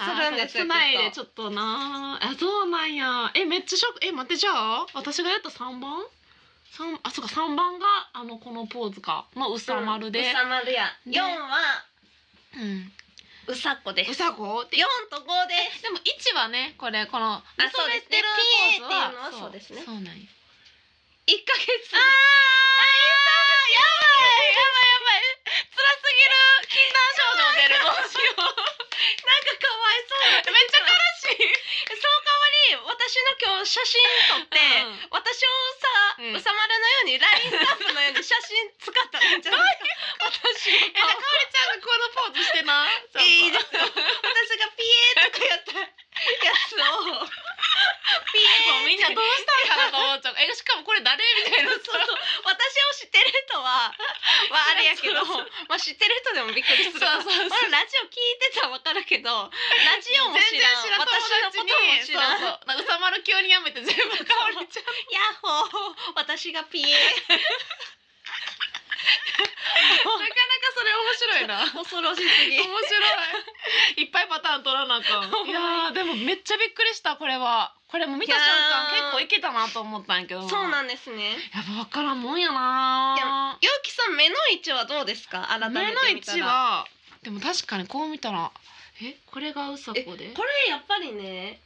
[SPEAKER 1] 抵抗な
[SPEAKER 2] つい
[SPEAKER 1] い外
[SPEAKER 2] つい
[SPEAKER 1] 側にせえへんけ
[SPEAKER 2] 手をつなぐときは絶対このポーズをするんですよょっ
[SPEAKER 1] どつないでちょっとなあそうなんやえめっちゃショックえ待ってじゃあ私がやった三番三あそうか三番があのこのポーズかのうさまるで
[SPEAKER 2] うさまるや
[SPEAKER 1] で
[SPEAKER 2] 四は
[SPEAKER 1] うん
[SPEAKER 2] うさこです
[SPEAKER 1] うさこで
[SPEAKER 2] 四と五です
[SPEAKER 1] でも一はねこれこの寝そべってるポーズは
[SPEAKER 2] そうですね PA っていうのはそうですね
[SPEAKER 1] そうなんや
[SPEAKER 2] 一ヶ月
[SPEAKER 1] あーやばいやばいやばい辛すぎる禁断症状出るどうしよう
[SPEAKER 2] なんかかわいそう
[SPEAKER 1] めっちゃ
[SPEAKER 2] *laughs*
[SPEAKER 1] 悲しい
[SPEAKER 2] その代わり私の今日写真撮って、
[SPEAKER 1] うん
[SPEAKER 2] 私をさ、
[SPEAKER 1] うん
[SPEAKER 2] うさまるのようにラインスタンプのように写真使ったらいいんじゃないです
[SPEAKER 1] え、かおりちゃんがこの
[SPEAKER 2] か私の顔
[SPEAKER 1] ポーズしてな。
[SPEAKER 2] いい
[SPEAKER 1] *laughs*
[SPEAKER 2] ですよ *laughs* 私がピエーとかやったやつを *laughs* ピ
[SPEAKER 1] も
[SPEAKER 2] エ
[SPEAKER 1] う
[SPEAKER 2] ー
[SPEAKER 1] みんなどうしたのかなと思っちゃう。え、しかもこれ誰みたいな。
[SPEAKER 2] そうそう私を知ってる人 *laughs* は、まあ、あれやけど
[SPEAKER 1] そうそう
[SPEAKER 2] まあ、知ってる人でもびっくりするから
[SPEAKER 1] そうそうそう
[SPEAKER 2] これラジオ聞いてたら分かるけ *laughs* どラジオも
[SPEAKER 1] 全
[SPEAKER 2] 知
[SPEAKER 1] 然
[SPEAKER 2] らん
[SPEAKER 1] 知らん友
[SPEAKER 2] 私の
[SPEAKER 1] 達
[SPEAKER 2] こと
[SPEAKER 1] に
[SPEAKER 2] も知らん
[SPEAKER 1] そうそうなんかうさまる急にやめて全部かおりちゃん
[SPEAKER 2] ヤッホー私がピエー
[SPEAKER 1] なかなかそれ面白い
[SPEAKER 2] 恐
[SPEAKER 1] な
[SPEAKER 2] ろしす
[SPEAKER 1] 面
[SPEAKER 2] ぎ
[SPEAKER 1] 白いいっぱいパターン取らなあかんいやーでもめっちゃびっくりしたこれはこれも見た瞬間
[SPEAKER 2] いやー
[SPEAKER 1] 結構いけたなと思ったんやけ
[SPEAKER 2] *laughs*
[SPEAKER 1] ど
[SPEAKER 2] そう
[SPEAKER 1] やっ
[SPEAKER 2] なんですね
[SPEAKER 1] ぱ分からんもんやな
[SPEAKER 2] ゆうきさん目の位置はどうですか改
[SPEAKER 1] 目の
[SPEAKER 2] めて
[SPEAKER 1] 位
[SPEAKER 2] 見たら
[SPEAKER 1] 置はでも確かにこう見たらえこれがうさこ
[SPEAKER 2] え
[SPEAKER 1] で
[SPEAKER 2] これやっぱりね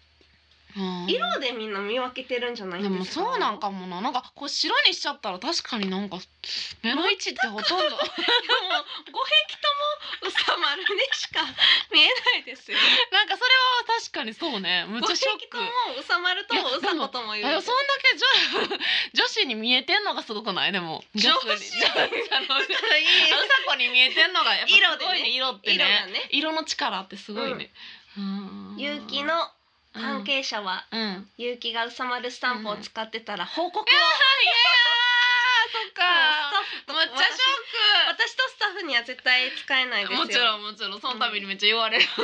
[SPEAKER 1] うん
[SPEAKER 2] 色でみんな見分けてるんじゃないん
[SPEAKER 1] で
[SPEAKER 2] ですか
[SPEAKER 1] もそうなんかもななんかこう白にしちゃったら確かになんか目の位置ってほとんど
[SPEAKER 2] でも五匹ともうさまるにしか見えないですよ
[SPEAKER 1] なんかそれは確かにそうねむっ
[SPEAKER 2] 五
[SPEAKER 1] ちゃ
[SPEAKER 2] 匹
[SPEAKER 1] ショッ
[SPEAKER 2] と
[SPEAKER 1] ク
[SPEAKER 2] もうさまると
[SPEAKER 1] いや
[SPEAKER 2] うさことも
[SPEAKER 1] い
[SPEAKER 2] 言
[SPEAKER 1] や
[SPEAKER 2] う
[SPEAKER 1] そんだけ女 *laughs* 女子に見えてんのがすごくないでも
[SPEAKER 2] 女子
[SPEAKER 1] 逆にあのうさ
[SPEAKER 2] かいい
[SPEAKER 1] こに見えてんのがやっぱすごいね色って
[SPEAKER 2] *laughs*
[SPEAKER 1] ね
[SPEAKER 2] 色がね
[SPEAKER 1] 色の力ってすごいね、うん、
[SPEAKER 2] 結城の関係者は
[SPEAKER 1] うん、うん
[SPEAKER 2] 結城がうさまるスタンプを使ってたら報告を、
[SPEAKER 1] そっ
[SPEAKER 2] スタ
[SPEAKER 1] か
[SPEAKER 2] ッ
[SPEAKER 1] むっ
[SPEAKER 2] フ
[SPEAKER 1] ちゃショック
[SPEAKER 2] 私とスタッフには絶対使えないですよ
[SPEAKER 1] もちろんもちろんそのためにめっちゃ言われる、 *laughs*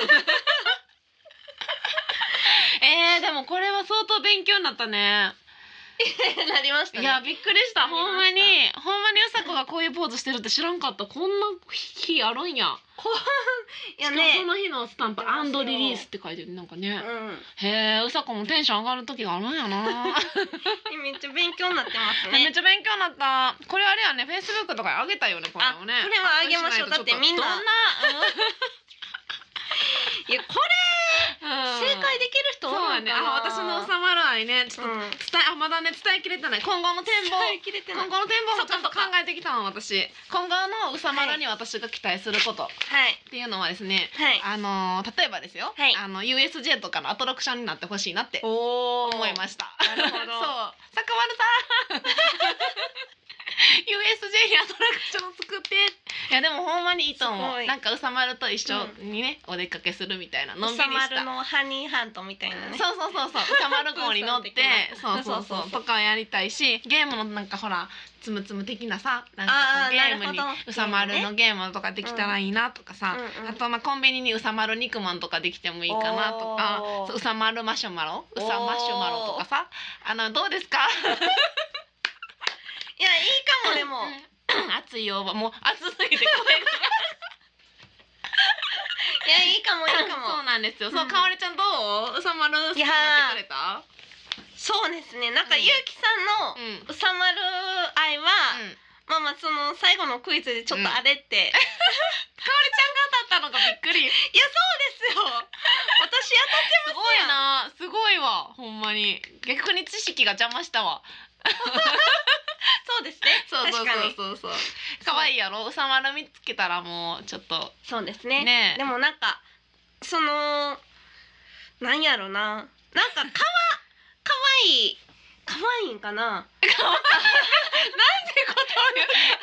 [SPEAKER 1] えー、でもこれは相当勉強になったね
[SPEAKER 2] なりました
[SPEAKER 1] い
[SPEAKER 2] ね
[SPEAKER 1] やびっくりしたほんまに
[SPEAKER 2] なり
[SPEAKER 1] ほんまにうさこがこういうポーズしてるって知らんかったこんな日あるんや
[SPEAKER 2] いや
[SPEAKER 1] しかもそ
[SPEAKER 2] ね
[SPEAKER 1] の日のスタンプ
[SPEAKER 2] や
[SPEAKER 1] 「ア
[SPEAKER 2] りま
[SPEAKER 1] ン
[SPEAKER 2] すよ
[SPEAKER 1] ドリリース」って書いてるなんかね
[SPEAKER 2] うん
[SPEAKER 1] へえうさこもテンション上がる時があるんや
[SPEAKER 2] *laughs*
[SPEAKER 1] な
[SPEAKER 2] めっちゃ勉強になってます
[SPEAKER 1] め
[SPEAKER 2] ね
[SPEAKER 1] っちゃ勉強になったこれあれやねフェイスブックとかにあげたよねこれ
[SPEAKER 2] あ
[SPEAKER 1] を
[SPEAKER 2] こ
[SPEAKER 1] ね
[SPEAKER 2] れはあげましょうだってみんな
[SPEAKER 1] どん
[SPEAKER 2] いやこれ
[SPEAKER 1] な、う
[SPEAKER 2] 正
[SPEAKER 1] ん
[SPEAKER 2] 解できる人
[SPEAKER 1] そ
[SPEAKER 2] おる
[SPEAKER 1] う
[SPEAKER 2] の
[SPEAKER 1] や
[SPEAKER 2] か
[SPEAKER 1] ね
[SPEAKER 2] な
[SPEAKER 1] あ私の収まらないねちょっと
[SPEAKER 2] うん
[SPEAKER 1] 伝えあまだね伝えきれてない今後の展望
[SPEAKER 2] 伝えきれてない
[SPEAKER 1] 今後の展望をちゃんと考えてきたの私今後のうさまるに私が期待することっ
[SPEAKER 2] はい
[SPEAKER 1] ていうのはですね、
[SPEAKER 2] はい
[SPEAKER 1] あのー例えばですよ、
[SPEAKER 2] はい
[SPEAKER 1] あの USJ とかのアトラクションになってほしいなって
[SPEAKER 2] お
[SPEAKER 1] 思い
[SPEAKER 2] す
[SPEAKER 1] ました
[SPEAKER 2] なるほ
[SPEAKER 1] そう
[SPEAKER 2] ど
[SPEAKER 1] 坂丸さ *laughs* ん USJ にアトラクション作っていやでもほんまにいいと思
[SPEAKER 2] すご
[SPEAKER 1] う
[SPEAKER 2] い
[SPEAKER 1] なんかうさまると一緒にね、お出かけするみたいなのんびり
[SPEAKER 2] さま
[SPEAKER 1] した
[SPEAKER 2] るのハニーハントみたいなね
[SPEAKER 1] そうそうそうそう歌丸号に乗って
[SPEAKER 2] 文
[SPEAKER 1] そ
[SPEAKER 2] 章的
[SPEAKER 1] う
[SPEAKER 2] な
[SPEAKER 1] そう
[SPEAKER 2] *laughs* そうそ
[SPEAKER 1] そ
[SPEAKER 2] う
[SPEAKER 1] う
[SPEAKER 2] そう
[SPEAKER 1] とかをやりたいしゲームのなんかほらつむつむ的なさなんか
[SPEAKER 2] あー
[SPEAKER 1] こうゲームに
[SPEAKER 2] なるほど
[SPEAKER 1] うさまるのゲームとかできたらいいなとかさ、
[SPEAKER 2] うんうん
[SPEAKER 1] あとまあコンビニにうさまる肉まんとかできてもいいかなとか
[SPEAKER 2] おー
[SPEAKER 1] そううさまるマシュマロうさマシュマロとかさあのどうですか
[SPEAKER 2] いやいいかもでも
[SPEAKER 1] *laughs* 熱いよもう熱すぎて
[SPEAKER 2] いやいいかもい
[SPEAKER 1] 声
[SPEAKER 2] い
[SPEAKER 1] が
[SPEAKER 2] *laughs* か
[SPEAKER 1] そ
[SPEAKER 2] も
[SPEAKER 1] うなんですよ、そう
[SPEAKER 2] うん
[SPEAKER 1] かおりちゃんどううさまる好きになってくれた
[SPEAKER 2] そうですねなんか
[SPEAKER 1] うん
[SPEAKER 2] ゆうきさんの
[SPEAKER 1] うん、
[SPEAKER 2] うさまる愛は、
[SPEAKER 1] うん
[SPEAKER 2] まあまあその最後のクイズでちょっとあれって、
[SPEAKER 1] 当たったのがびっくり
[SPEAKER 2] いやそ
[SPEAKER 1] *laughs*
[SPEAKER 2] うですよ私やった
[SPEAKER 1] すごいなすごいわほんまに逆に知識が邪魔したわ
[SPEAKER 2] そうですね
[SPEAKER 1] そうそう
[SPEAKER 2] 確かに
[SPEAKER 1] そうそうそう可愛いやろうさまる見つけたらもうちょっと
[SPEAKER 2] そうですね
[SPEAKER 1] ねえ
[SPEAKER 2] でもなんかそのなんやろななんかかわかわいいかわいいんか *laughs*
[SPEAKER 1] *laughs*
[SPEAKER 2] な
[SPEAKER 1] ってことよ今までの時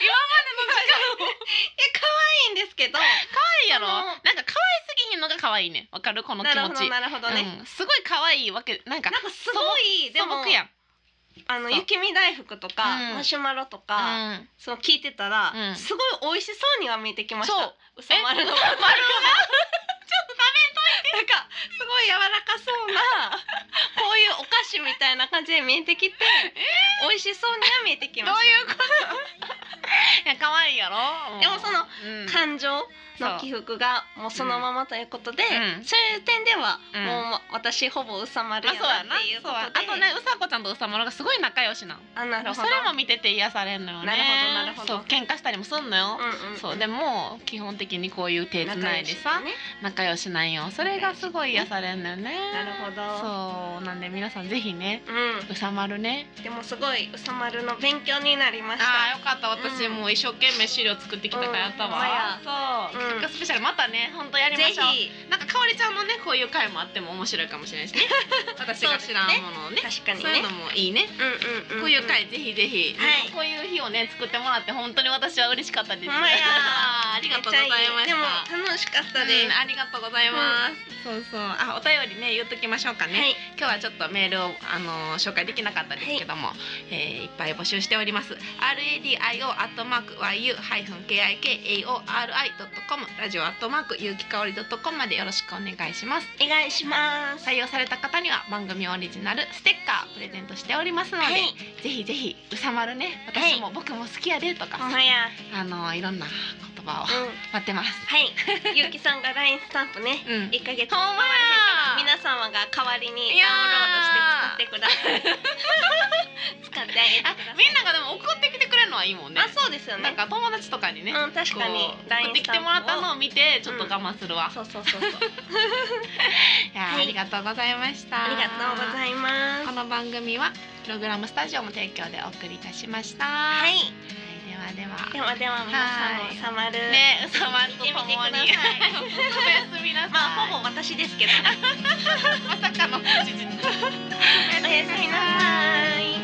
[SPEAKER 1] 間を
[SPEAKER 2] えかわいいんですけど
[SPEAKER 1] 可愛いやろ
[SPEAKER 2] あ
[SPEAKER 1] な
[SPEAKER 2] の
[SPEAKER 1] んか可愛すぎひんのが可愛いねわかるこの気
[SPEAKER 2] なるほ
[SPEAKER 1] 持ち
[SPEAKER 2] どなるほどね、
[SPEAKER 1] うん、すごい可愛いわけなんか
[SPEAKER 2] なんかすごいで
[SPEAKER 1] 素
[SPEAKER 2] も
[SPEAKER 1] 朴やん
[SPEAKER 2] あの
[SPEAKER 1] そう
[SPEAKER 2] 雪見大福とか、
[SPEAKER 1] うん
[SPEAKER 2] マシュマロとか、
[SPEAKER 1] うん
[SPEAKER 2] その聞いてたら、
[SPEAKER 1] うん
[SPEAKER 2] すごい美味しそうには見えてきました
[SPEAKER 1] そう
[SPEAKER 2] うさまるの
[SPEAKER 1] え
[SPEAKER 2] 丸
[SPEAKER 1] 丸
[SPEAKER 2] がちょっと食べんといてなんかすごい柔らかそう
[SPEAKER 1] *laughs*
[SPEAKER 2] なこういうお菓子みたいな感じで見えてきて、美味しそうには見えてきました
[SPEAKER 1] どういうこと *laughs* いや可愛いやろ、うん
[SPEAKER 2] でもその、
[SPEAKER 1] うん
[SPEAKER 2] 感情の起伏がもうそのままということで、
[SPEAKER 1] うん
[SPEAKER 2] そういう点では
[SPEAKER 1] うん
[SPEAKER 2] もう私ほぼうさまる
[SPEAKER 1] まあ
[SPEAKER 2] や
[SPEAKER 1] そう
[SPEAKER 2] な
[SPEAKER 1] やな
[SPEAKER 2] っていう
[SPEAKER 1] そ
[SPEAKER 2] こ
[SPEAKER 1] うやあ
[SPEAKER 2] とで、
[SPEAKER 1] とねうさこちゃんとうさまろがすごい仲良しなの
[SPEAKER 2] あなるほ
[SPEAKER 1] そ
[SPEAKER 2] ど
[SPEAKER 1] れも見てて癒されんのよね
[SPEAKER 2] なるほどなるほど
[SPEAKER 1] そう喧嘩したりもすんのよ、
[SPEAKER 2] うんうん
[SPEAKER 1] そうでも基本的にこういう手つ
[SPEAKER 2] 仲
[SPEAKER 1] な
[SPEAKER 2] 良
[SPEAKER 1] いで
[SPEAKER 2] し
[SPEAKER 1] さ
[SPEAKER 2] ね
[SPEAKER 1] 仲良しなんよそれがすごい癒されんのよね
[SPEAKER 2] なるほど
[SPEAKER 1] そうなんで皆さんぜひね
[SPEAKER 2] う
[SPEAKER 1] うさまるね
[SPEAKER 2] んでもすごいうさまるの勉強になりました
[SPEAKER 1] あーよかった私
[SPEAKER 2] うん
[SPEAKER 1] もう一生懸命資料作ってきたからやった
[SPEAKER 2] うんほんま
[SPEAKER 1] わ、そう、
[SPEAKER 2] うん
[SPEAKER 1] 結果スペシャルまたね本当やりま
[SPEAKER 2] ぜ
[SPEAKER 1] しょう
[SPEAKER 2] ひ
[SPEAKER 1] なんかかおりちゃんのねこういう回もあっても面白いかもしれないしね *laughs* 私が知らんものをね
[SPEAKER 2] 確かに
[SPEAKER 1] そうい
[SPEAKER 2] ね
[SPEAKER 1] うのもいいね
[SPEAKER 2] うんうんん
[SPEAKER 1] こういう回ぜひぜひ、
[SPEAKER 2] はい
[SPEAKER 1] こういう日をね作ってもらって本当に私は嬉しかったです。
[SPEAKER 2] ほんまや
[SPEAKER 1] *laughs* ありがとうございました。
[SPEAKER 2] でも楽しかった
[SPEAKER 1] う
[SPEAKER 2] で
[SPEAKER 1] ん
[SPEAKER 2] す、
[SPEAKER 1] ありがとうございます。そうそう。あ、お便りね言っときましょうかね。
[SPEAKER 2] はい
[SPEAKER 1] 今日はちょっとメールをあのー紹介できなかったですけども、いえーいっぱい募集しております。r a d i o アットマーク y u ハイフン k i k a o r i ドットコムラジオアットマーク有機香りドットコムまでよろしくお願いします。
[SPEAKER 2] お願いします
[SPEAKER 1] 採用された方には番組オリジナルステッカープレゼントしておりますので、
[SPEAKER 2] はい
[SPEAKER 1] ぜひぜひうさまるね
[SPEAKER 2] はい
[SPEAKER 1] 私も、僕も好きやでとか、
[SPEAKER 2] ほんまや
[SPEAKER 1] あのいろんな言葉を
[SPEAKER 2] うん
[SPEAKER 1] 待ってます。
[SPEAKER 2] はいゆうきさんが LINE スタンプね
[SPEAKER 1] うん
[SPEAKER 2] 一ヶ月
[SPEAKER 1] ほんまや
[SPEAKER 2] 皆様が代わりに
[SPEAKER 1] いや
[SPEAKER 2] ダウンロードして
[SPEAKER 1] ー
[SPEAKER 2] 使ってください使ってあげてく
[SPEAKER 1] あ
[SPEAKER 2] ださい
[SPEAKER 1] みんながでも送ってきてくれるのはいいもんね
[SPEAKER 2] あ。そうですよね
[SPEAKER 1] なんか友達とかにね、
[SPEAKER 2] うん確かに
[SPEAKER 1] こう
[SPEAKER 2] LINE
[SPEAKER 1] 送ってきてもらったのを見てちょっと我慢するわ。
[SPEAKER 2] そうそうそうそう
[SPEAKER 1] いやー、
[SPEAKER 2] はい
[SPEAKER 1] ありがとうございました。
[SPEAKER 2] ありがとうございます
[SPEAKER 1] この番組はプログラムスタジオも提供でお送りいたしました。
[SPEAKER 2] は
[SPEAKER 1] はい、
[SPEAKER 2] い
[SPEAKER 1] ではでは。
[SPEAKER 2] ではでは皆さんもさまる、
[SPEAKER 1] ね、うさまるととも
[SPEAKER 2] 見
[SPEAKER 1] に。
[SPEAKER 2] てみてください
[SPEAKER 1] *laughs* おやすみなさい。
[SPEAKER 2] まあほぼ私ですけど
[SPEAKER 1] *laughs* まさかの事実。お
[SPEAKER 2] おやすみなさい